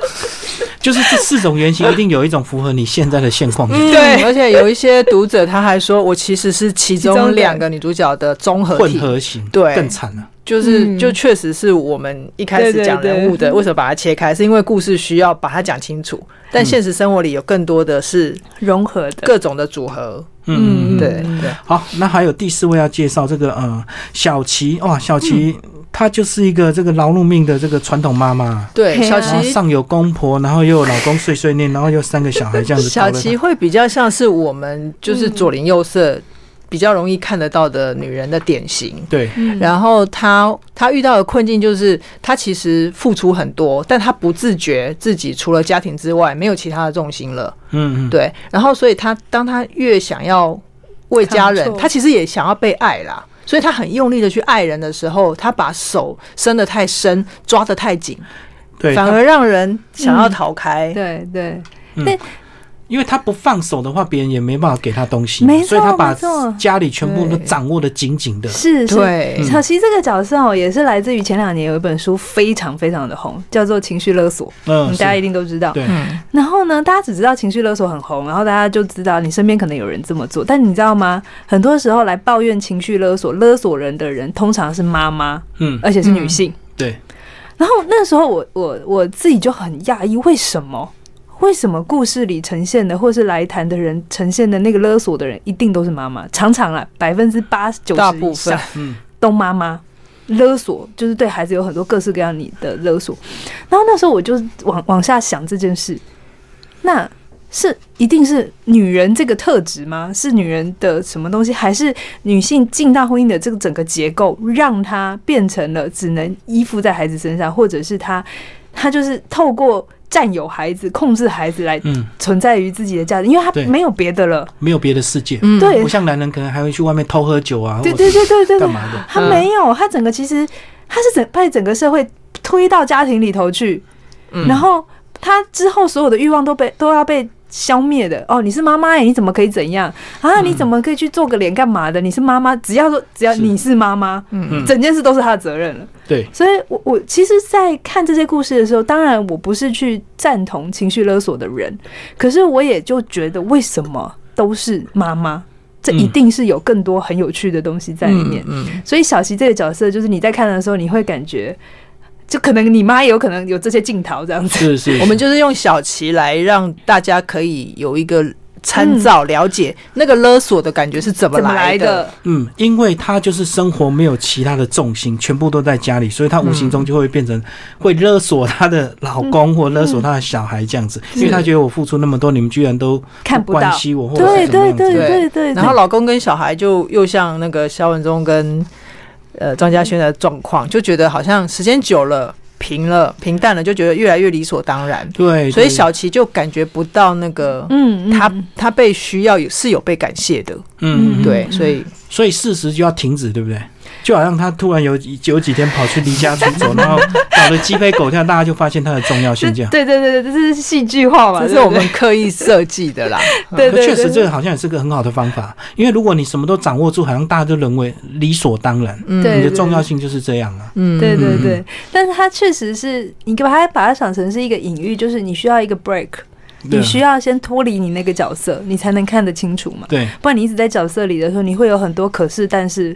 S1: 就是这四种原型一定有一种符合你现在的现况。
S3: 嗯
S2: 对
S3: 而且有一些读者他还说，我其实是其
S2: 其中的
S3: 中两个女主角的综合
S1: 混
S3: 体。
S1: 合型，
S3: 对
S1: 更惨了。
S3: 就是
S2: 嗯
S3: 就确实是我们一开
S2: 对
S3: 始
S2: 对嗯
S3: 讲人物的，为什么把它切开？是因为故事需要把它讲清楚，但现实生活里有更多的是
S2: 融合的，
S3: 各种的组合，
S1: 嗯，嗯嗯
S3: 对对。
S1: 好，那还有第四位要介绍这个呃小琪哇，小琪、
S3: 嗯
S1: 她就是一个这个劳碌命的这个传统妈妈，
S3: 对，
S2: 嘿啊
S3: 小
S1: 然后
S3: 琪
S1: 上有公婆，然后又有老公碎碎念，然后又三个小孩这样子搞
S3: 小
S1: 得她。
S3: 琪会比较像是我们就是
S2: 嗯
S3: 左邻右舍比较容易看得到的女人的典型。
S1: 对，
S2: 嗯
S3: 然后她她遇到的困境就是，她其实付出很多，但她不自觉自己除了家庭之外没有其他的重心了。
S1: 嗯嗯，
S3: 对，然后所以她当她越想要为家人
S2: 抗，挫
S3: 她其实也想要被爱啦。所以她很用力的去爱人的时候，她把手伸得太深，抓得太紧，
S1: 对，
S3: 反
S1: 她
S3: 而让人想要
S2: 嗯
S3: 逃开。
S2: 对对，
S1: 因为她不放手的话，别人也没办法给她东西，
S2: 没错
S1: 所以她把
S2: 没错
S1: 家里全部都
S3: 对
S1: 掌握的紧紧的。
S2: 是是。
S3: 对
S1: 嗯
S2: 小琪这个角色哦，也是来自于前两年有一本书非常非常的红，叫做《情绪勒索》，
S1: 嗯，
S2: 嗯
S1: 是
S2: 大家一定都知道。
S1: 对
S3: 嗯，
S2: 然后呢，大家只知道情绪勒索很红，然后大家就知道你身边可能有人这么做，但你知道吗？很多时候来抱怨情绪勒索、勒索人的人，通常是妈妈，
S1: 嗯，
S2: 而且是女性。
S1: 对，
S2: 然后那时候我我我自己就很讶异，为什么？为什么故事里呈现的，或是来谈的人呈现的那个勒索的人，一定都是妈妈？常常啦，百分之八九
S3: 大
S2: 十
S3: 部
S2: 以
S3: 分
S2: 上
S1: 嗯
S2: 都妈妈勒索，就是对孩子有很多各式各样你的勒索。然后那时候我就往往下想这件事，那是一定是女人这个特质吗？是女人的什么东西？还是女性进到婚姻的这个整个结构，让她变成了只能依附在孩子身上，或者是她她就是透过占有孩子、控制孩子来
S1: 嗯，
S2: 存在于自己的价值，因为她
S1: 对
S2: 没有别的了。
S1: 没有别的世界，
S3: 嗯
S2: 对
S1: 不像男人可能还会去外面偷喝酒啊，
S2: 对
S1: 或
S2: 对
S1: 者
S2: 对对对对
S1: 干，嘛的？
S2: 他
S3: 嗯
S2: 没有，他整个其实他是整被整个社会推到家庭里头去，
S3: 嗯
S2: 然后他之后所有的欲望都被都要被消灭的。哦，你是妈妈哎，你怎么可以怎样啊？你怎么可以去做个脸干嘛的？你是妈妈，只要说只要
S1: 是
S2: 你是妈妈，
S1: 嗯
S2: 整件事都是他的责任了。
S1: 对，
S2: 所以我，我其实，在看这些故事的时候，当然我不是去赞同情绪勒索的人，可是我也就觉得，为什么都是妈妈？这一
S1: 嗯
S2: 定是有更多很有趣的东西在里面。
S3: 嗯
S2: 所以小琪这个角色，就是你在看的时候，你会感觉，就可能你妈也有可能有这些镜头这样子。
S1: 是 是，
S3: 我们就是用小旗来让大家可以有一个参照，了解那个勒索的感觉是怎么
S2: 嗯怎么来
S3: 的。
S2: 的？
S1: 嗯，因为他就是生活没有其他的重心，全部都在家里，所以他无形中就会变成
S2: 嗯
S1: 会勒索他的老公或勒索他的小孩这样子，因为他觉得我付出那么多，你们居然都
S2: 嗯看不到
S1: 关心我，或者
S2: 对
S1: 是怎么
S2: 对
S1: 样
S2: 对
S1: 子。
S3: 对
S2: 对对。
S3: 然后老公跟小孩就又像那个肖文忠跟呃张嘉轩的状况，就觉得好像时间久了平了平淡了，就觉得越来越理所当然。
S1: 对，
S3: 所以
S1: 对
S3: 小琪就感觉不到那个
S2: 嗯，嗯
S3: 他他被需要有是有被感谢的，
S1: 嗯，
S2: 嗯
S1: 对，
S3: 对，所以
S1: 所以事实就要停止，对不对？就好像他突然有有几天跑去离家出走，然后搞得鸡飞狗跳，大家就发现它的重要
S2: 这
S1: 性这样。
S2: 对对对对，这是戏剧化嘛？
S3: 这是
S2: 对
S3: 我
S2: 不对
S3: 们刻意设计的啦。
S2: 对
S1: 可
S2: 对
S1: 确
S2: 对
S1: 实，这个好像也是个很好的方法，因为如果你什么都掌握住，好像大家都认为理所当然，
S3: 嗯
S2: 对
S1: 你的重要性就是这样啊。
S3: 嗯
S2: 对对
S1: 嗯
S2: 对，但是它确实是你把它把它想成是一个隐喻，就是你需要一个 break，
S1: 对
S2: 你
S1: 啊
S2: 需要先脱离你那个角色，你才能看得清楚嘛。
S1: 对，
S2: 不然你一直在角色里的时候，你会有很多可是但是，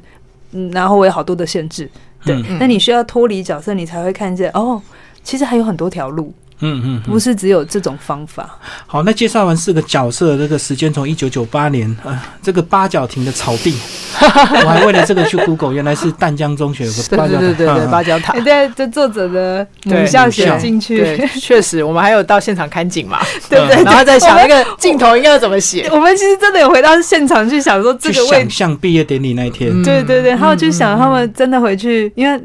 S2: 嗯，然后我有好多的限制。对，
S1: 嗯
S2: 那你需要脱离角色，你才会看见哦，其实还有很多条路，
S1: 嗯嗯。
S2: 不是只有这种方法。
S1: 好，那介绍完四个角色，这个时间从一九九八年，呃，这个八角亭的草地， 我还为了这个去 Google，原来是淡江中学有个
S3: 对
S1: 八
S3: 对
S1: 角
S3: 对
S1: 亭，
S3: 对对，
S1: 嗯
S3: 芭蕉塔
S2: 哎，。对，这作者的母
S3: 对
S2: 校
S1: 母
S2: 写
S1: 校
S2: 进去，
S3: 对，确实，我们还有到现场看景 嘛，嗯
S2: 对对对
S3: 然后在想那个镜头应该要怎么写。
S2: 我们其实真的有回到现场去想说这
S1: 去
S2: 个位
S1: 想象毕业典礼那一天，
S3: 嗯
S2: 对对对，然后就想
S1: 嗯
S2: 他们真的回去，因为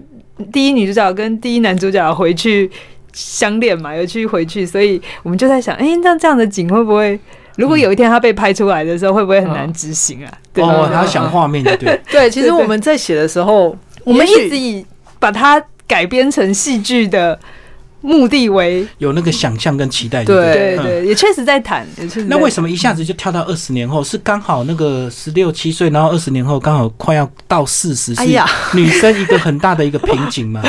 S2: 第一女主角跟第一男主角回去相恋嘛，有去回去，所以我们就在想，哎、那这样的景会不会，如果有一天他被拍出来的时候，会不会很难执行啊？对
S1: 嗯哦，
S2: 对
S1: 他想画面就对，
S3: 对，其实我们在写的时候，
S2: 我们
S3: 也许
S2: 一直以把它改编成戏剧的目的为，
S1: 有那个想象跟期待，
S3: 对
S2: 对
S1: 嗯
S2: 对，也确实在谈，也确实在谈。
S1: 那为什么一下子就跳到二十年后？是刚好那个十六七岁，然后二十年后刚好快要到四十，
S3: 哎
S1: 是
S3: 呀，
S1: 女生一个很大的一个瓶颈嘛？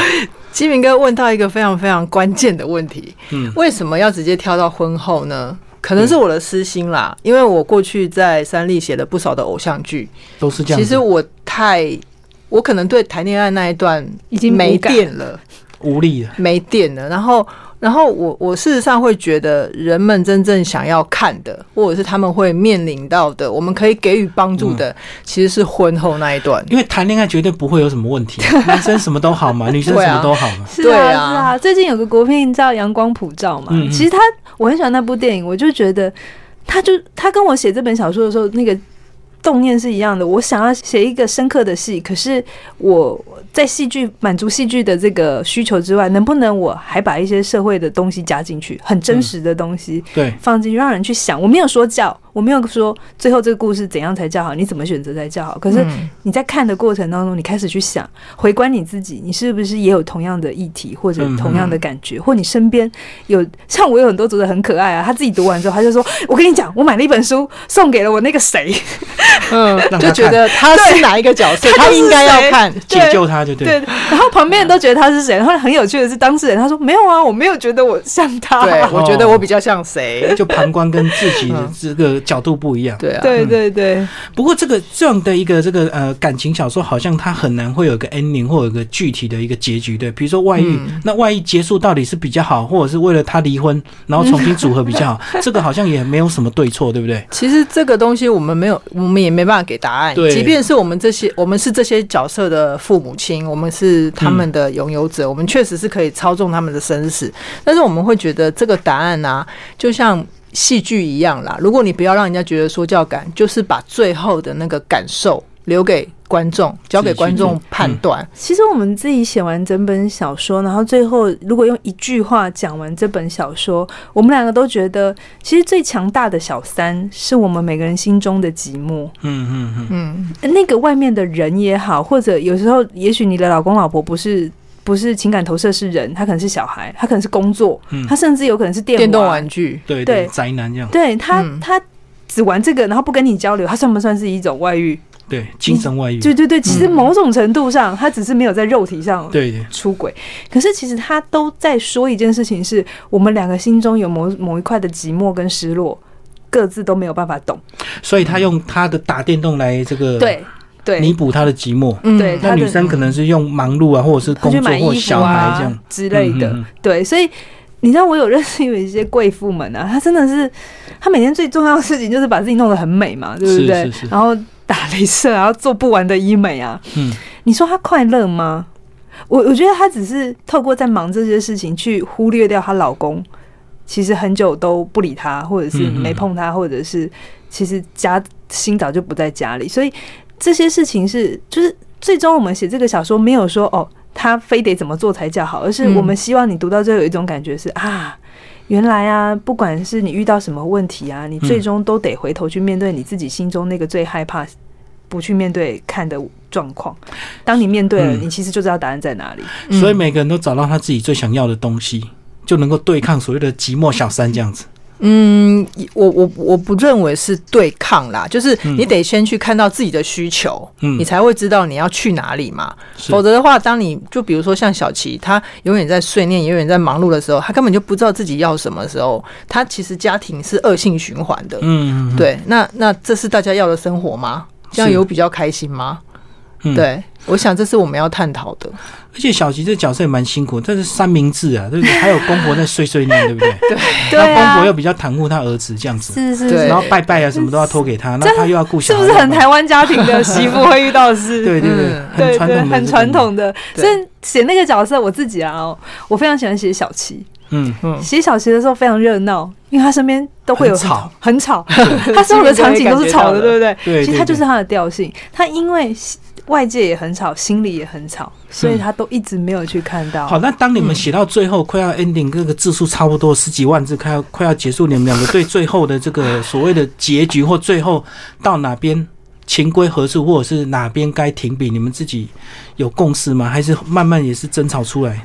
S3: 基明哥问到一个非常非常关键的问题：
S1: 嗯
S3: 为什么要直接跳到婚后呢？可能是我的私心
S1: 嗯
S3: 啦，因为我过去在三立写了不少的偶像剧，
S1: 都是这样
S3: 其
S1: 子。
S3: 实我太。我可能对谈恋爱那一段
S2: 已经
S3: 没
S2: 无感
S3: 电了，
S1: 无力的，
S3: 没电了。然后，然后我我事实上会觉得，人们真正想要看的，或者是他们会面临到的，我们可以给予帮助的，其实是婚后那一段。
S1: 因为谈恋爱绝对不会有什么问题，男生什么都好嘛，女生
S3: 对啊
S1: 什么都好嘛，
S2: 是
S3: 对
S2: 啊，
S3: 啊
S2: 是啊，最近有个国片叫《阳光普照》嘛，
S1: 嗯嗯
S2: 其实他我很喜欢那部电影，我就觉得他就他跟我写这本小说的时候那个动念是一样的。我想要写一个深刻的戏，可是我在戏剧满足戏剧的这个需求之外，能不能我还把一些社会的东西加进去，很
S1: 嗯
S2: 真实的东西
S1: 对，
S2: 放进去，让人去想？我没有说教，我没有说最后这个故事怎样才叫好，你怎么选择才叫好，可是
S3: 嗯
S2: 你在看的过程当中，你开始去想，回观你自己，你是不是也有同样的议题或者
S1: 嗯
S2: 同样的感觉，或你身边有像我有很多读者很可爱啊，他自己读完之后，他就说：“我跟你讲，我买了一本书，送给了我那个谁，
S1: 让他
S3: 嗯，就觉
S1: 看
S3: 得他是哪一个角色，他
S2: 就是
S3: 应该
S2: 谁
S3: 要看。
S1: 解救他就对了。
S2: 对。”然后旁边人都觉得他是谁，然后很有趣的是，当事人他说：“没有啊，我没有觉得我像他。
S3: 对，我觉得
S1: 哦
S3: 我比较像谁？
S1: 就旁观跟自己的这个角度不一样。
S3: 对啊，
S2: 对”对对
S1: 不过这个这样的一个这个呃感情小说，好像它很难会有一个 ending 或有一个具体的一个结局，对。比如说外遇，
S3: 嗯
S1: 那外遇结束到底是比较好，或者是为了他离婚，然后重新组合比较好， 这个好像也没有什么对错，对不对？
S3: 其实这个东西我们没有，我们也没办法给答案。
S1: 对
S3: 即便是我们这些，我们是这些角色的父母亲，我们是他们的拥有者，我们确实是可以操纵他们的生死。但是我们会觉得这个答案啊，就像戏剧一样啦。如果你不要让人家觉得说教感，就是把最后的那个感受留给观众，交给观
S1: 自己
S3: 众
S1: 去
S3: 判断。
S2: 其实我们自己写完整本小说，然后最后如果用一句话讲完这本小说，我们两个都觉得，其实最强大的小三是我们每个人心中的寂寞。
S1: 嗯嗯嗯，
S3: 嗯，
S2: 那个外面的人也好，或者有时候，也许你的老公老婆不是不是情感投射是人，他可能是小孩，他可能是工作，
S1: 嗯
S2: 他甚至有可能是电
S3: 电动
S2: 玩
S3: 玩具。
S1: 对
S2: 对
S1: 对，宅男这样，
S2: 对他、
S3: 嗯
S2: 他只玩这个，然后不跟你交流，他算不算是一种外遇？
S1: 对，精神外遇，
S2: 对对对，其
S3: 嗯
S2: 实某种程度上，他只是没有在肉体上
S1: 对对，
S2: 出轨，可是其实他都在说一件事情是，我们两个心中有某某一块的寂寞跟失落，各自都没有办法懂。
S1: 所以他用他的打电动来这个
S2: 嗯对对，
S1: 弥补他的寂寞。
S3: 嗯
S2: 对他
S1: 那
S2: 的
S1: 女生可能是用忙碌啊，或者是
S2: 他
S1: 工
S2: 去
S1: 作
S2: 买
S1: 或
S2: 衣服
S1: 小孩这
S2: 啊
S1: 样
S2: 之类的，
S1: 嗯嗯嗯
S2: 对，所以。你知道我有认识有一些贵妇们啊，她真的是，她每天最重要的事情就是把自己弄得很美嘛，对不
S1: 是
S2: 对？
S1: 是是
S2: 然后打镭射，然后做不完的医美啊，
S1: 嗯，
S2: 你说她快乐吗？我我觉得她只是透过在忙这些事情去忽略掉她老公，其实很久都不理她，或者是
S1: 嗯嗯
S2: 没碰她，或者是其实家心早就不在家里，所以这些事情是就是最终我们写这个小说没有说哦，她非得怎么做才叫好，而是
S3: 嗯
S2: 我们希望你读到最后有一种感觉是啊。原来啊，不管是你遇到什么问题啊，
S1: 嗯
S2: 你最终都得回头去面对你自己心中那个最害怕不去面对看的状况。当你面对了，
S1: 嗯
S2: 你其实就知道答案在哪里。
S3: 嗯
S1: 所以每个人都找到他自己最想要的东西，就能够对抗所谓的寂寞小三这样子。
S3: 嗯，我我我不认为是对抗啦，就是你得先去看到自己的需求，
S1: 嗯
S3: 你才会知道你要去哪里嘛。
S1: 是
S3: 否则的话，当你就比如说像小琪，她永远在碎念，永远在忙碌的时候，她根本就不知道自己要什么的时候，她其实家庭是恶性循环的。
S1: 嗯，嗯，
S3: 对，那那这是大家要的生活吗？这样
S1: 是
S3: 有比较开心吗？
S1: 嗯。
S3: 对，我想这是我们要探讨的。
S1: 而且小吉这角色也蛮辛苦，这是三明治啊，对 不对？还有公婆在碎碎念，对不对？ 那
S2: 对
S1: 公婆又
S2: 啊，
S1: 比较袒护他儿子这样子，
S2: 是是
S3: 对
S2: 是
S1: 然，后拜拜啊什么都要托给他，那他又要顾小
S2: 是
S1: 孩，
S2: 不是很
S1: 对吧
S2: 台湾家庭的媳妇会遇到的事？
S1: 对对
S3: 嗯
S1: 对，很传
S2: 对，
S1: 统的，
S2: 很传。统的。
S3: 对
S2: 所以写那个角色，我自己啊、哦，我非常喜欢写小琪。
S1: 嗯，
S3: 嗯，
S2: 写小琪的时候非常热闹，因为他身边都会有
S1: 很吵，
S2: 很吵，他所有的场景都是吵的，对不对？
S1: 对
S2: 其实
S1: 对
S2: 他就是
S1: 对
S2: 他的调性，他因为外界也很吵，心里也很吵，所以他都一直没有去看到。
S1: 嗯好，那当你们写到最后快要 ending，这个字数差不多十几万字，快要快要结束，你们两个对最后的这个所谓的结局或最后到哪边情归何处，或者是哪边该停笔，你们自己有共识吗？还是慢慢也是争吵出来？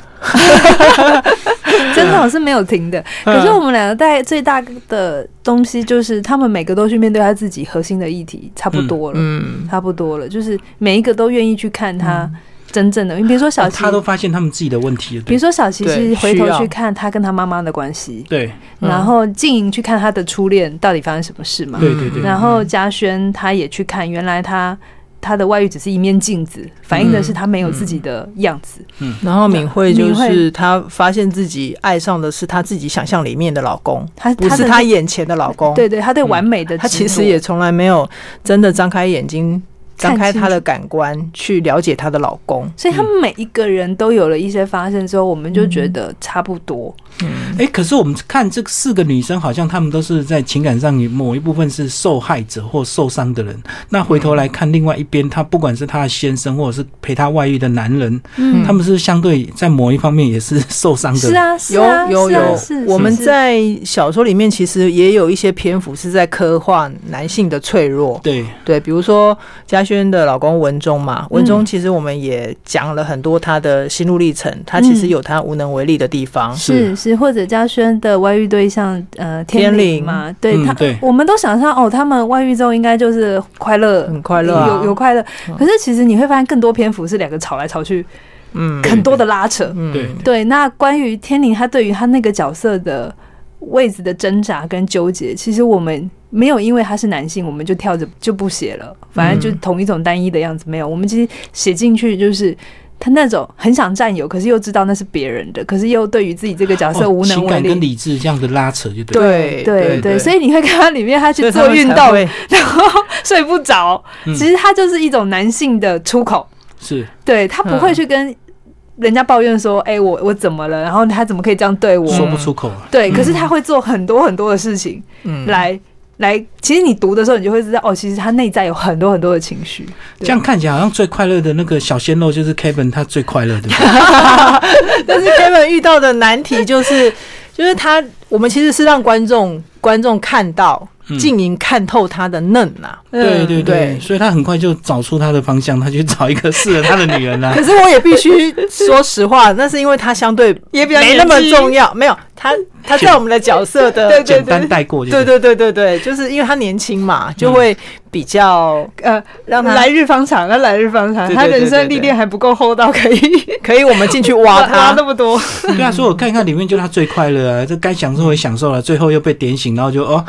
S2: 真的我是没有停的。
S1: 嗯
S2: 可是我们两个大概最大的东西就是，他们每个都去面对他自己核心的议题，差不多了，
S3: 嗯
S2: 差不多了，就是每一个都愿意去看他真正的。你比如说小琪
S1: 嗯啊他，都发现他们自己的问题了，
S2: 比
S1: 对
S2: 如说小琪
S3: 对
S2: 是回
S3: 需
S2: 头
S3: 要
S2: 去看他跟他妈妈的关系，
S1: 对
S3: 嗯
S2: 然后静莹去看她的初恋到底发生什么事嘛。
S1: 对对对，
S2: 然后嘉轩他也去看，原来他他的外遇只是一面镜子，反映的是他没有自己的样子。
S3: 然后敏慧就
S2: 敏慧
S3: 是她发现自己爱上的是她自己想象里面的老公，
S2: 他
S3: 不
S2: 他
S3: 是
S2: 的
S3: 她眼前的老公。
S2: 对对，他对完美的
S3: 她其
S2: 执
S3: 实
S2: 着
S3: 也从来没有真的张开眼睛，
S2: 看
S3: 张开
S2: 清
S3: 她的感官去了解她的老公。
S2: 所以他们每一个人都有了一些发生之后，我们就觉
S3: 嗯
S2: 得差不多。
S1: 哎、可是我们看这四个女生，好像她们都是在情感上有某一部分是受害者或受伤的人。那回头来看另外一边，她不管是她的先生，或者是陪她外遇的男人，
S2: 嗯
S1: 他们是不是相对在某一方面也是 受伤的。
S2: 是，啊，是
S3: 有
S2: 啊
S3: 有
S2: 是啊
S3: 有
S2: 是，
S3: 我们
S2: 是
S3: 在小说里面其实也有一些篇幅是在刻画男性的脆弱，
S1: 对，
S3: 对，比如说嘉轩的老公文忠嘛，文
S2: 嗯
S3: 忠其实我们也讲了很多他的心路历程，他其实有他无能为力的地方，
S2: 是是，或者嘉轩的外遇对象，呃，
S3: 天
S2: 灵
S3: 灵
S2: 嘛，对
S1: 嗯
S2: 他
S1: 对，
S2: 我们都想象哦，他们外遇之后应该就是快乐，
S3: 很快乐啊
S2: 有有快乐。
S3: 嗯
S2: 可是其实你会发现，更多篇幅是两个吵来吵去，
S3: 嗯，
S2: 很多的拉扯。
S3: 嗯
S1: 对
S2: 对，那关于天灵，他对于他那个角色的位置的挣扎跟纠结，其实我们没有因为他是男性，我们就跳着就不写了，反正就同一种单一的样子没有。我们其实写进去就是。他那种很想占有，可是又知道那是别人的，可是又对于自己这个角色
S1: 哦
S2: 啊无能
S1: 情
S2: 为
S1: 感跟
S2: 力。
S1: 理智这样的拉扯，就对了。
S3: 对
S2: 对对，所以你会看到里面他
S3: 所
S2: 去
S3: 以他
S2: 做
S3: 们
S2: 运
S3: 才
S2: 动，
S3: 会
S2: 然后睡不着。
S1: 嗯
S2: 其实他就是一种男性的出口，
S1: 是
S2: 对他不
S3: 嗯
S2: 会去跟人家抱怨说：“哎、我我怎么了？然后他怎么可以这样对我？”
S1: 说不出口啊。
S2: 对，可是他会做很多很多的事情
S3: 嗯
S2: 来、来。其实你读的时候，你就会知道哦，其实他内在有很多很多的情绪。
S1: 这样看起来好像最快乐的那个小鲜肉就是 Kevin，他最快乐 的。
S3: 但是 Kevin 遇到的难题就是， 就是他，我们其实是让观众观众看到
S1: 嗯，
S3: 静莹看透他的嫩呐、
S1: 对对对，
S3: 对
S1: 所以他很快就找出他的方向，他去找一个适合他的女 人啦、啊
S3: 可是我也必须说实话，那是因为他相对
S2: 也比较
S3: 没
S2: 年
S3: 那么
S2: 轻
S3: 重要，没有他他在我们的角色的
S2: 对
S1: 简单带过就
S3: 对
S1: 对。
S3: 对对对对，就是因为他年轻嘛，就会比较
S2: 呃，
S3: 让他
S2: 来日方长，那来日方长，
S3: 对对
S2: 他
S3: 对
S2: 人
S3: 对
S2: 生
S3: 对
S2: 历练还不够厚道，可以
S3: 可以我们进去挖
S2: 挖
S3: 他
S2: 那。么多。
S1: 对啊，所以我看一看里面，就他最快乐啊，这该享受也享受了，最后又被点醒，然后就哦，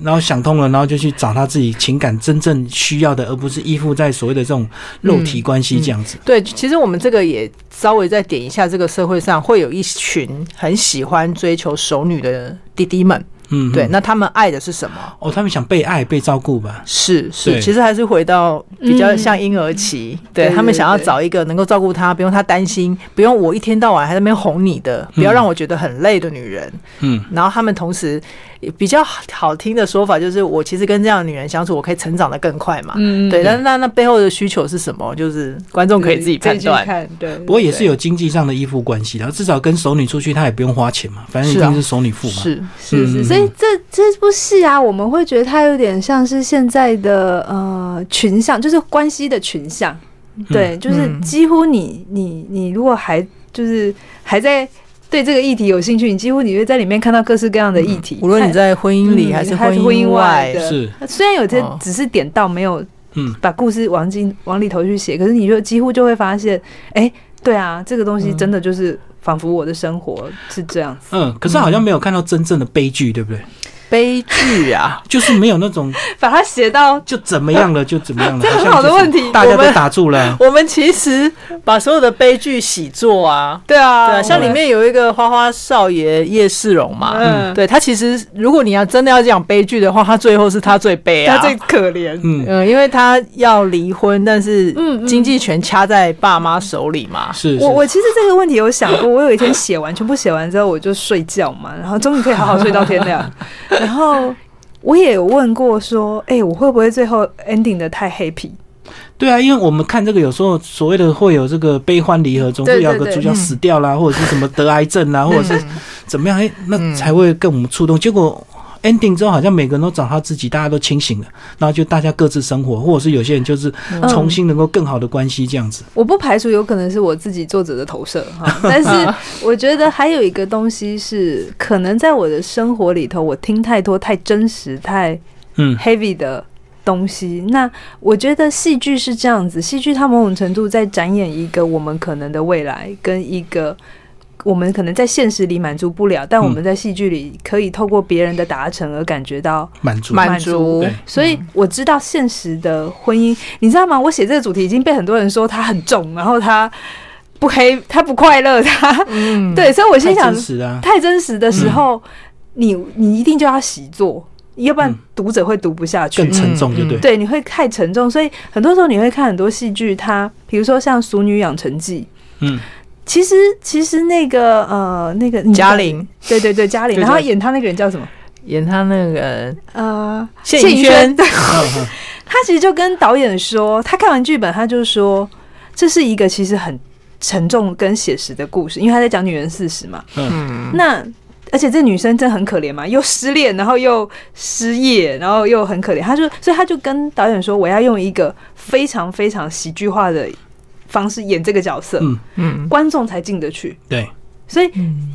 S1: 然后想通了，然后就去找他自己情感真正需要的，而不是依附在所谓的这种肉体
S2: 嗯
S1: 关系这样子。
S3: 对，其实我们这个也稍微再点一下，这个社会上会有一群很喜欢追求熟女的弟弟们，
S1: 嗯，
S3: 对，
S1: 嗯
S3: 那他们爱的是什么？
S1: 哦，他们想被爱、被照顾吧？
S3: 是
S1: 对
S3: 是，其实还是回到比
S2: 嗯
S3: 较像婴儿期，对
S2: 对
S3: 他们想要
S2: 对对
S3: 找一个能够照顾他，不用他担心，不用我一天到晚还在那边哄你的，不要
S1: 嗯
S3: 让我觉得很累的女人。
S1: 嗯，
S3: 然后他们同时也比较好听的说法就是，我其实跟这样的女人相处，我可以成长的更快嘛。
S2: 嗯
S3: 对，但那那背后的需求是什么？就是观众可以自己判断。
S2: 看，对。
S1: 不过也是有经济上的依附关系的，然后至少跟熟女出去，他也不用花钱嘛，反正一
S3: 是啊
S1: 定是熟女付嘛。
S3: 是，
S2: 是
S1: 嗯嗯
S2: 是，
S1: 嗯
S2: 所以这这部戏啊，我们会觉得它有点像是现在的呃群像，就是关系的群像。对，就是
S3: 嗯
S2: 几乎你你你如果还就是还在对这个议题有兴趣，你几乎你会在里面看到各式各样的议题。
S3: 嗯无论你
S2: 哎
S3: 在婚姻里
S2: 嗯
S3: 还是
S2: 还
S3: 婚
S2: 是婚姻外
S3: 外，
S2: 的
S1: 是，
S2: 虽然有些
S3: 哦
S2: 只是点到没有
S1: 嗯
S2: 把故事往进往里头去写，可是你就几乎就会发现，哎、对啊，这个东西真的就是仿佛我的生活是这样子。
S1: 嗯，可是好像没有看到真正的悲剧，对不对？
S3: 悲剧啊，
S1: 就是没有那种
S2: 把它写到
S1: 就怎么样了就怎么样了，
S2: 这很好
S1: 像就
S2: 的
S1: 是
S2: 问题
S1: 大家
S3: 我
S1: 都
S3: 们
S1: 打住了。
S3: 我们其实把所有的悲剧喜做啊。
S2: 对啊，
S3: 对啊，像
S2: 我
S3: 里面有一个花花少爷叶世荣嘛，
S2: 嗯
S3: 对他其实如果你要真的要讲悲剧的话，他最后是他最悲啊，
S2: 他最可怜。
S1: 嗯，
S3: 嗯，因为他要离婚，但是
S2: 嗯嗯
S3: 经济权掐在爸妈手里嘛。
S1: 是是
S2: 我我其实这个问题有想过，我有一天写完全部写完之后，我就睡觉嘛，然后终于可以好好睡到天 亮。然后我也有问过说，哎、我会不会最后 ending 的太 happy？
S1: 对啊，因为我们看这个有时候所谓的会有这个悲欢离合，总
S2: 对
S1: 会
S2: 对嗯
S1: 有个主角死掉啦，或者是什么得癌症啊啦，或者是怎么样，哎，那才会跟我们触动。结果 ending 之后，好像每个人都找他自己，大家都清醒了，然后就大家各自生活，或者是有些人就是
S2: 嗯
S1: 重新能够更好的关系这样子。
S2: 我不排除有可能是我自己作者的投射 哈，但是我觉得还有一个东西是，可能在我的生活里头，我听太多太真实太
S1: 嗯
S2: heavy 的东西。那我觉得戏剧是这样子，戏剧它某种程度在展演一个我们可能的未来，跟一个我们可能在现实里满足不了，但我们
S1: 嗯
S2: 在戏剧里可以透过别人的达成而感觉到
S1: 满足。
S3: 满
S2: 足
S3: 足
S1: 对
S2: 所以我知道现实的婚姻，你知道吗？我写这个主题已经被很多人说它很重，然后它不黑，它不快乐，它、
S3: 嗯，
S2: 对，所以我心
S1: 太
S2: 想
S1: 真，实了啊，嗯
S2: 太真实的时候，你你一定就要习作，要不然读者会读不下去。嗯
S1: 更沉重，就对。
S2: 对，你会太沉重，所以很多时候你会看很多戏剧，它比如说像《俗女养成记
S1: 嗯，》，
S2: 其实其实那个呃那个
S3: 嘉，玲
S2: 你对对对嘉玲，
S3: 对
S2: 然后
S3: 对
S2: 演她那个人叫什么？
S3: 演他那个人
S2: 呃，
S3: 谢
S2: 谢
S3: 颖
S2: 颖
S3: 轩
S2: 轩，对，
S1: 嗯嗯
S2: 他其实就跟导演说，他看完剧本，他就说这是一个其实很沉重跟写实的故事，因为他在讲女人四十嘛。
S3: 嗯，
S2: 那而且这女生真的很可怜嘛，又失恋，然后又失业，然后又很可怜。他就所以他就跟导演说，我要用一个非常非常喜剧化的方式演这个角色，
S1: 嗯
S3: 嗯
S2: 观众才进得去。
S1: 对，
S2: 所以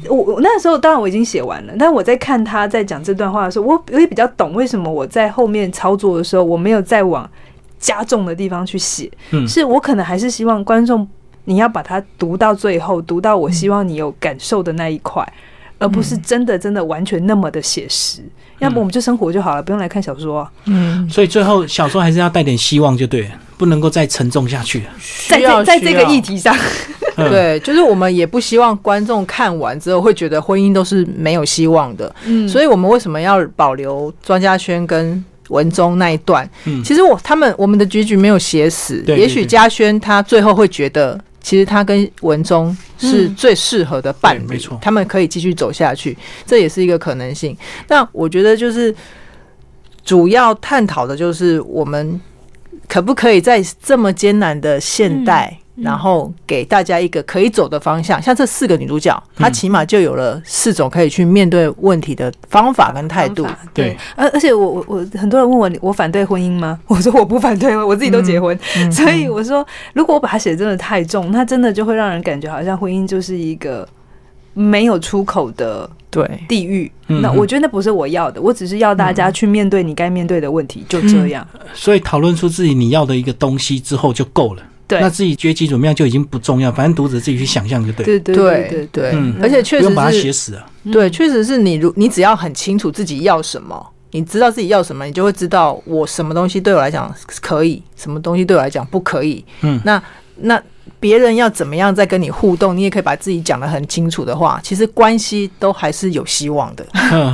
S2: 我我那时候当然我已经写完了，但我在看他在讲这段话的时候，我我也比较懂为什么我在后面操作的时候，我没有再往加重的地方去写，
S1: 嗯
S2: 是我可能还是希望观众你要把它读到最后，读到我
S3: 嗯
S2: 希望你有感受的那一块，而不是真的真的完全那么的写实。要不我们就生活就好了，不用来看小说、啊。
S3: 嗯，
S1: 所以最后小说还是要带点希望，就对了，不能够再沉重下去了。
S2: 在
S3: 需要
S2: 这在这个
S3: 需要
S2: 议题上，
S1: 嗯，
S3: 对，就是我们也不希望观众看完之后会觉得婚姻都是没有希望的，
S2: 嗯
S3: 所以我们为什么要保留庄家轩跟文忠那一段？
S1: 嗯
S3: 其实我他们我们的结局没有写死，
S1: 对
S3: 也
S1: 对
S3: 许
S1: 对
S3: 嘉轩他最后会觉得，其实他跟文忠是
S2: 嗯
S3: 最适合的伴侣，
S1: 对没错
S3: 他们可以继续走下去，这也是一个可能性。那我觉得就是主要探讨的就是我们可不可以在这么艰难的现代。
S2: 嗯嗯
S3: 然后给大家一个可以走的方向，像这四个女主角，她
S1: 嗯
S3: 起码就有了四种可以去面对问题的方法跟态度
S2: 方。法
S1: 对，
S2: 而而且我我我很多人问我，你我反对婚姻吗？ 我说我不反对，我自
S1: 嗯
S2: 己都结婚，所以我说，如果我把它写得真的太重，那真的就会让人感觉好像婚姻就是一个没有出口的
S3: 对，
S2: 地狱。
S1: 嗯
S2: 那我觉得那不是我要的，我只是要大家去面对你该面对的问题，就
S1: 嗯
S2: 这样。
S1: 所以讨论出自己你要的一个东西之后就够了。
S2: 对
S1: 那自己觉得几怎么样就已经不重要，反正读者自己去想象就对了，
S2: 对对对嗯对对，
S3: 对
S1: 嗯
S3: 而且确
S1: 不
S3: 实
S1: 用把它
S3: 是
S1: 写死啊。
S3: 对，确实是你如你只要很清楚自己要什么，你知道自己要什么，你就会知道我什么东西对我来讲可以，什么东西对我来讲不可以。
S1: 嗯
S3: 那那别人要怎么样再跟你互动，你也可以把自己讲得很清楚的话，其实关系都还是有希 望的。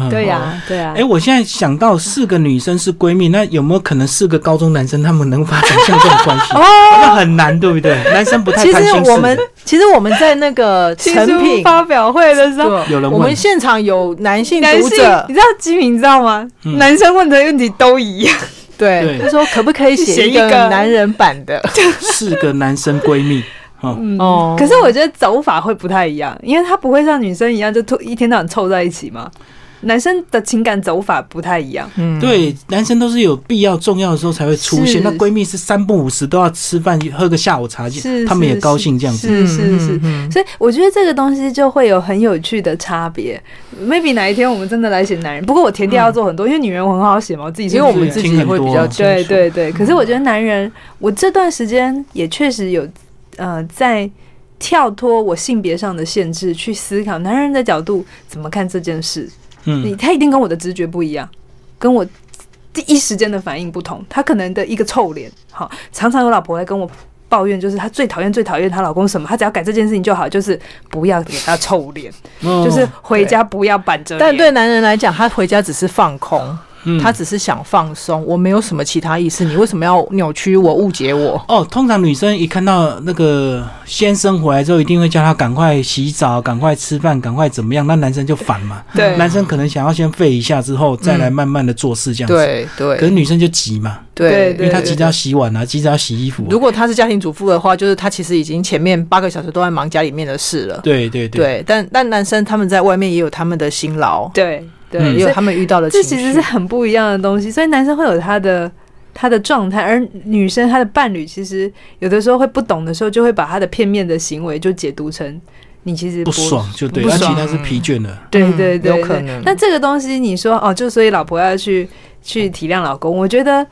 S2: 对啊呀、
S3: 哦
S2: 对呀、
S1: 嗯哎、我现在想到四个女生是闺蜜，那有没有可能四个高中男生他们能发展像这种关系？好像很难，对不对？男生不太
S3: 其
S1: 贪心
S3: 实
S1: 事
S3: 我们其实我们在那 个
S2: 新
S3: 成
S2: 书
S3: 品，
S2: 发表会的时候，
S3: 对
S1: 有人
S3: 我们
S1: 问，
S3: 现场有男性
S2: 男
S3: 读
S2: 性
S3: 者
S2: 你，知道吉米你知道吗？
S1: 嗯
S2: 男生问的问题都一样。
S3: 对
S1: 对
S3: 他说可不可以
S2: 写
S3: 写
S2: 一
S3: 一个
S2: 个
S3: 男人版 的？
S1: 四个男生闺蜜，哦，
S2: 嗯
S3: 哦
S2: 可是我觉得走法会不太一样，因为他不会像女生一样就突一天到晚凑在一起嘛。男生的情感走法不太一样，
S3: 嗯，
S1: 对，男生都是有必要、重要的时候才会出
S2: 是
S1: 现。那闺蜜是三不五时都要吃饭、喝个下午茶，
S2: 是
S1: 他们也
S2: 是
S1: 高兴这样子。
S2: 是是是
S3: 嗯嗯嗯
S2: 所以我觉得这个东西就会有很有趣的差别。Maybe 哪一天我们真的来写男人，不过我填调要做很多，因为女人我很好写嘛，我自己是
S3: 因为我们
S1: 是
S3: 自
S1: 听
S3: 己
S1: 很
S3: 会比
S1: 多啊
S3: 较清楚。
S2: 对对对。可是我觉得男人，我这段时间也确实有呃在跳脱我性别上的限制去思考男人的角度怎么看这件事。你
S1: 嗯，
S2: 他一定跟我的直觉不一样，跟我第一时间的反应不同。他可能的一个臭脸，好，常常有老婆来跟我抱怨，就是她最讨厌最讨厌她老公什么，她只要改这件事情就好，就是不要给他臭脸，
S1: 就
S2: 就是回家不要板着脸。
S3: 但对男人来讲，他回家只是放空，
S2: 嗯
S3: 他
S1: 他
S3: 只是想放松，我没有什么其他意思，你为什么要扭曲我、误解我？
S1: 哦，通常女生一看到那个先生回来之后，一定会叫他赶快洗澡、赶快吃饭、赶快怎么样，那男生就烦嘛。
S2: 对嗯
S1: 男生可能想要先废一下，之后再来慢慢的做事这样子。。
S3: 对对
S1: 可是女生就急嘛，
S2: 对
S3: 对
S1: 因为她
S2: 对
S1: 急着要洗碗啊，急着要洗衣服、
S3: 如
S1: 啊。
S3: 果他是家庭主妇的话，就是他其实已经前面八个小时都在忙家里面的事了。
S1: 对对对，
S3: 对，但但男生他们在外面也有他们的辛劳，
S2: 对对，
S1: 嗯
S3: 也有他们遇到的情
S2: 这
S3: 绪。
S2: 其实是很不一样的东西，所以男生会有他的他的状态，而女生她的伴侣其实有的时候会不懂的时候，就会把他的片面的行为就解读成你其实
S1: 不爽就对，
S2: 不
S1: 而且
S2: 爽
S1: 他是疲倦的。
S2: 对
S3: 嗯
S2: 对对对，
S3: 有可能
S2: 那这个东西，你说哦，就所以老婆要去去体谅老公，我觉得。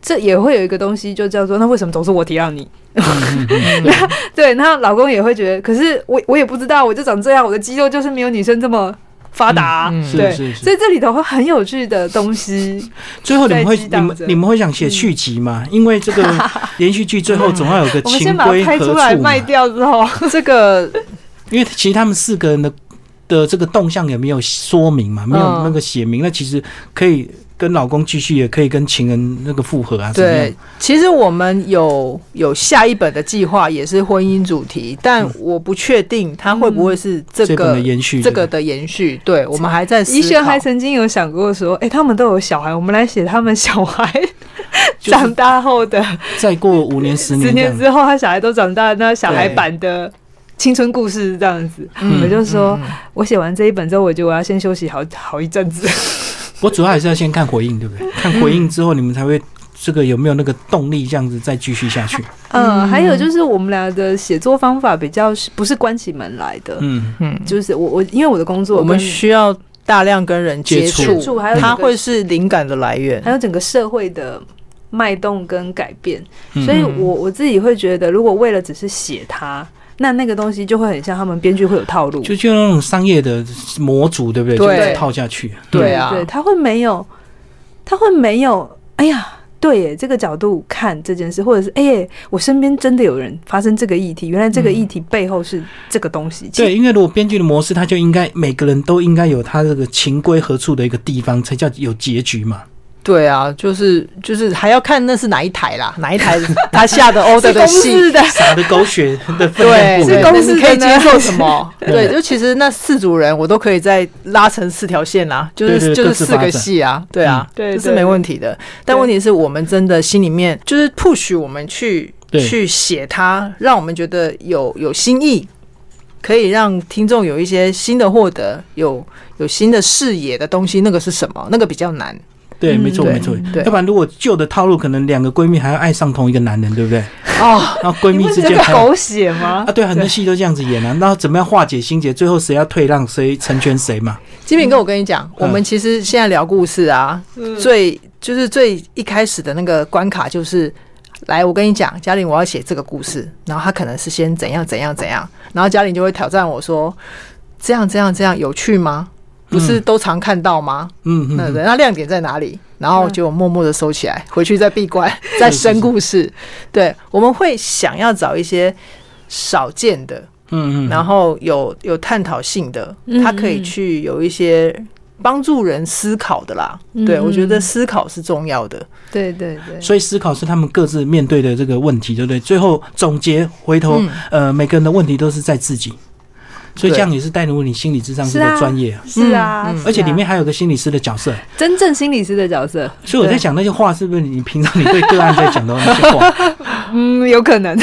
S2: 这也会有一个东西，就叫做那为什么总是我提到你？
S3: 嗯
S2: 那 对，那老公也会觉得，可是我我也不知道，我就长这样，我的肌肉就是没有女生这么发达啊、
S3: 嗯嗯
S2: 对，
S1: 是是是
S2: 所以这里头会很有趣的东西。
S1: 最后你们会
S2: 在激
S1: 你
S2: 荡
S1: 们
S2: 着嗯
S1: 你们会想写续集吗？因为这个连续剧最后总要有个
S2: 我们
S1: 情
S2: 先把
S1: 归
S2: 它
S1: 何
S2: 拍
S1: 处
S2: 出来
S1: 嘛
S2: 卖掉之 后，
S3: 这个
S1: 因为其实他们四个人的的这个动向也没有说明嘛，没有
S3: 嗯
S1: 那个写明，那其实可以跟老公继续，也可以跟情人那个复合啊，怎么样
S3: 对？，其实我们有有下一本的计划，也是婚姻主题，但我不确定它会不会是这
S1: 嗯这本
S3: 个
S1: 的延续，
S3: 这个的延续。对，我们还在思
S2: 医生还
S3: 考。
S2: 曾经有想过说，哎、他们都有小孩，我们来写他们小 孩
S1: 就是
S2: 长大后的
S1: 再过五年十
S2: 十
S1: 年这
S2: 年
S1: 样，
S2: 之后，他小孩都长大，那小孩
S3: 对
S2: 版的青春故事这样子。
S1: 嗯
S2: 我就说，
S3: 嗯
S2: 我写完这一本之后，我觉得我要先休息好 好一阵子。
S1: 我主要还是要先看回应，对不 对？看回应之后，你们才会这个有没有那个动力，这样子再继续下去。
S2: 嗯，还有就是我们俩的写作方法比较是不是关起门来的，
S1: 嗯，
S3: 嗯，
S2: 就是我我因为我的工作
S3: 我们
S2: 跟
S3: 需要大量跟人接
S1: 接触
S3: 触，
S2: 触还有
S3: 它
S2: 整个嗯
S3: 会是灵感的来源
S2: 还。有整个社会的脉动跟改变，
S1: 嗯
S2: 所以我我自己会觉得，如果为了只是写它，那那个东西就会很像他们编剧会有套路，
S1: 嗯就就那种商业的模组，对不对？
S3: 对
S1: 就一直套下去。嗯
S3: 对啊
S2: 对，他会没有，他会没有，哎呀。对耶，这个角度看这件事，或者是哎耶，我身边真的有人发生这个议题，原来这
S3: 嗯
S2: 个议题背后是这个东西。其实
S1: 对，因为如果编剧的模式，他就应该每个人都应该有他这个情归何处的一个地方，才叫有结局嘛。
S3: 对啊，就是就是还要看那是哪一台啦，哪 一台他下的 order
S2: 是
S3: 的
S2: 公
S3: 戏。
S2: 式的，
S1: 打的狗血的分量
S3: 对，
S1: 不
S2: 是
S1: 一
S2: 公
S1: 样。
S2: 司
S3: 你可
S2: 的
S3: 以接
S2: 呢
S3: 受什 么？
S1: 对
S3: 对，就其实那四组人我都可以再拉成四条线啦，就
S1: 对
S3: 是
S1: 对
S3: 就
S1: 各
S3: 是
S1: 自
S3: 四
S1: 发
S3: 个
S1: 展
S3: 戏啊，对啊，
S2: 对
S3: 这是
S2: 对
S3: 没问题的。但
S2: 对
S3: 问题是我们真的心里面就是 push 我们去
S1: 对
S3: 去写它，让我们觉得有有新意，可以让听众有一些新的获得，有有新的视野的东西，那个是什么？那个比较难。
S1: 对，
S2: 嗯
S1: 没错，
S3: 对
S1: 没错。
S3: 对
S1: 要不然，如果旧的套路，可能两个闺蜜还要爱上同一个男人，对不对？
S3: 哦，
S1: 然后闺
S2: 你
S1: 蜜
S2: 不
S1: 之
S2: 觉
S1: 间
S2: 得
S1: 还有
S2: 狗血
S1: 啊，？
S2: 吗
S1: 对，很多戏都这样子演啊。然后怎么样化解心结？最后谁要退让，谁成全谁嘛？
S3: 金敏哥，我跟你讲，我们其实现在聊故事啊，最就是最一开始的那个关卡就是，来，我跟你讲，嘉玲，我要写这个故事，然后他可能是先怎样怎样怎样，然后嘉玲就会挑战我说，这样这样这样有趣吗？不是都常看到吗？
S1: 嗯
S3: 那
S1: 嗯嗯，
S3: 那亮点在哪里？然后就默默的收起来，回去再闭关，再生故事。对，我们会想要找一些少见的，
S1: 嗯嗯，
S3: 然后有有探讨性的，
S2: 嗯
S3: 它可以去有一些帮助人思考的啦。
S2: 嗯
S3: 对，我觉得思考是重要的。
S2: 对对对，
S1: 所以思考是他们各自面对的这个问题，对不对？最后总结回头，
S3: 嗯
S1: 呃，每个人的问题都是在自己，所以
S3: 对
S1: 这样也是带入你心理智商师
S2: 是
S1: 的
S2: 啊
S1: 专业、啊，
S2: 是啊，
S3: 嗯嗯
S2: 是啊
S1: 而且里面还有个心理师的角
S3: 啊
S1: 色。
S2: 真正心理师的角色，
S1: 所以我在想，那些话是不是你平常你对个案在讲的那些话？
S2: 嗯，有可能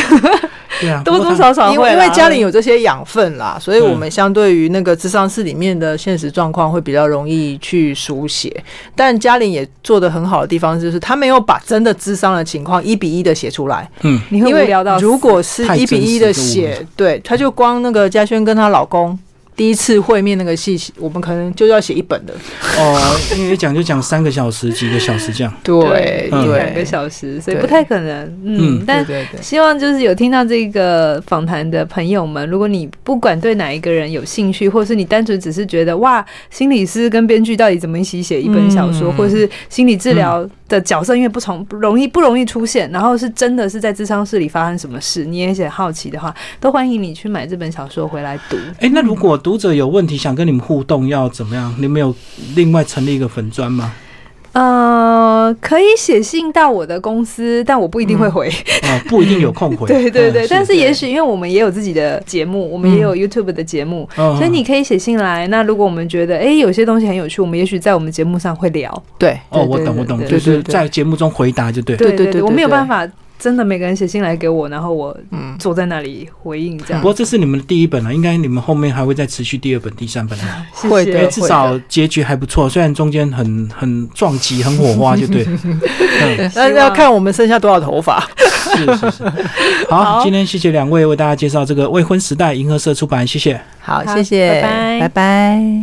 S1: 对啊，
S2: 多
S1: 不过他
S2: 多少少
S3: 因
S2: 会啦，
S3: 为因为家里有这些养分啦，所以
S1: 嗯
S3: 我们相对于那个智商室里面的现实状况会比较容易去书写。但嘉玲也做的很好的地方就是，他没有把真的智商的情况一比一的写出来，
S1: 嗯，
S2: 你会
S3: 因为
S2: 无聊到死，
S3: 如果是
S1: 太
S3: 一
S1: 真
S3: 比
S1: 实
S3: 一
S1: 就无聊
S3: 的写，对，他就光那个嘉轩跟她老公第一次会面那个戏，我们可能就要写一本的。
S1: 哦，因为讲就讲三个小时、几个小时这样。
S3: 对
S1: 嗯
S2: 一
S3: 对，
S2: 两个小时，所以
S3: 对
S2: 不太可能，
S1: 嗯
S2: 嗯，但。
S3: 对对对
S2: 希望就是有听到这个访谈的朋友们，如果你不管对哪一个人有兴趣，或是你单纯只是觉得哇，心理师跟编剧到底怎么一起写一本小说，
S3: 嗯
S2: 或是心理治疗的角色，因为不从不容易不容易出现，然后是真的是在智商室里发生什么事，你也很好奇的话，都欢迎你去买这本小说回来读。
S1: 哎、那如果读者有问题想跟你们互动，要怎么样？你们有另外成立一个粉砖吗？
S2: 呃，可以写信到我的公司，但我不一定会回。
S1: 啊，不一定有空回。
S2: 对对
S1: 嗯
S2: 对，但是也许因为我们也有自己的节目，我们也有 YouTube 的节目，
S1: 嗯
S2: 所以你可以写信来。那如果我们觉得哎、诶有些东西很有趣，我们也许在我们节目上会聊。
S3: 对
S1: 哦，
S2: 对
S1: 我
S2: 对
S1: 懂
S2: 对
S1: 我懂，
S2: 对
S1: 就
S3: 对
S1: 是
S3: 对对
S1: 在节目中回答就对。
S3: 对
S2: 对
S3: 对
S2: 我没有
S3: 对
S2: 办法真的每个人写信来给我，然后我
S3: 嗯，
S2: 坐在那里回应这样
S1: 不。过这是你们的第一本啊了、应该你们后面还会再持续第二本、第三本的、
S2: 谢
S3: 会
S1: 因
S3: 的
S1: 为
S2: 谢。
S1: 至少结局还不错，虽然中间很很撞击、很火 花，就对。嗯，
S3: 那
S2: 希
S3: 要
S2: 望
S3: 看我们剩下多少头发。
S1: 是是是。好，今天谢谢两位为大家介绍这个《未婚时代》银河社出版，谢谢。
S3: 好
S2: 好
S3: 谢谢，
S2: 拜拜
S3: 拜拜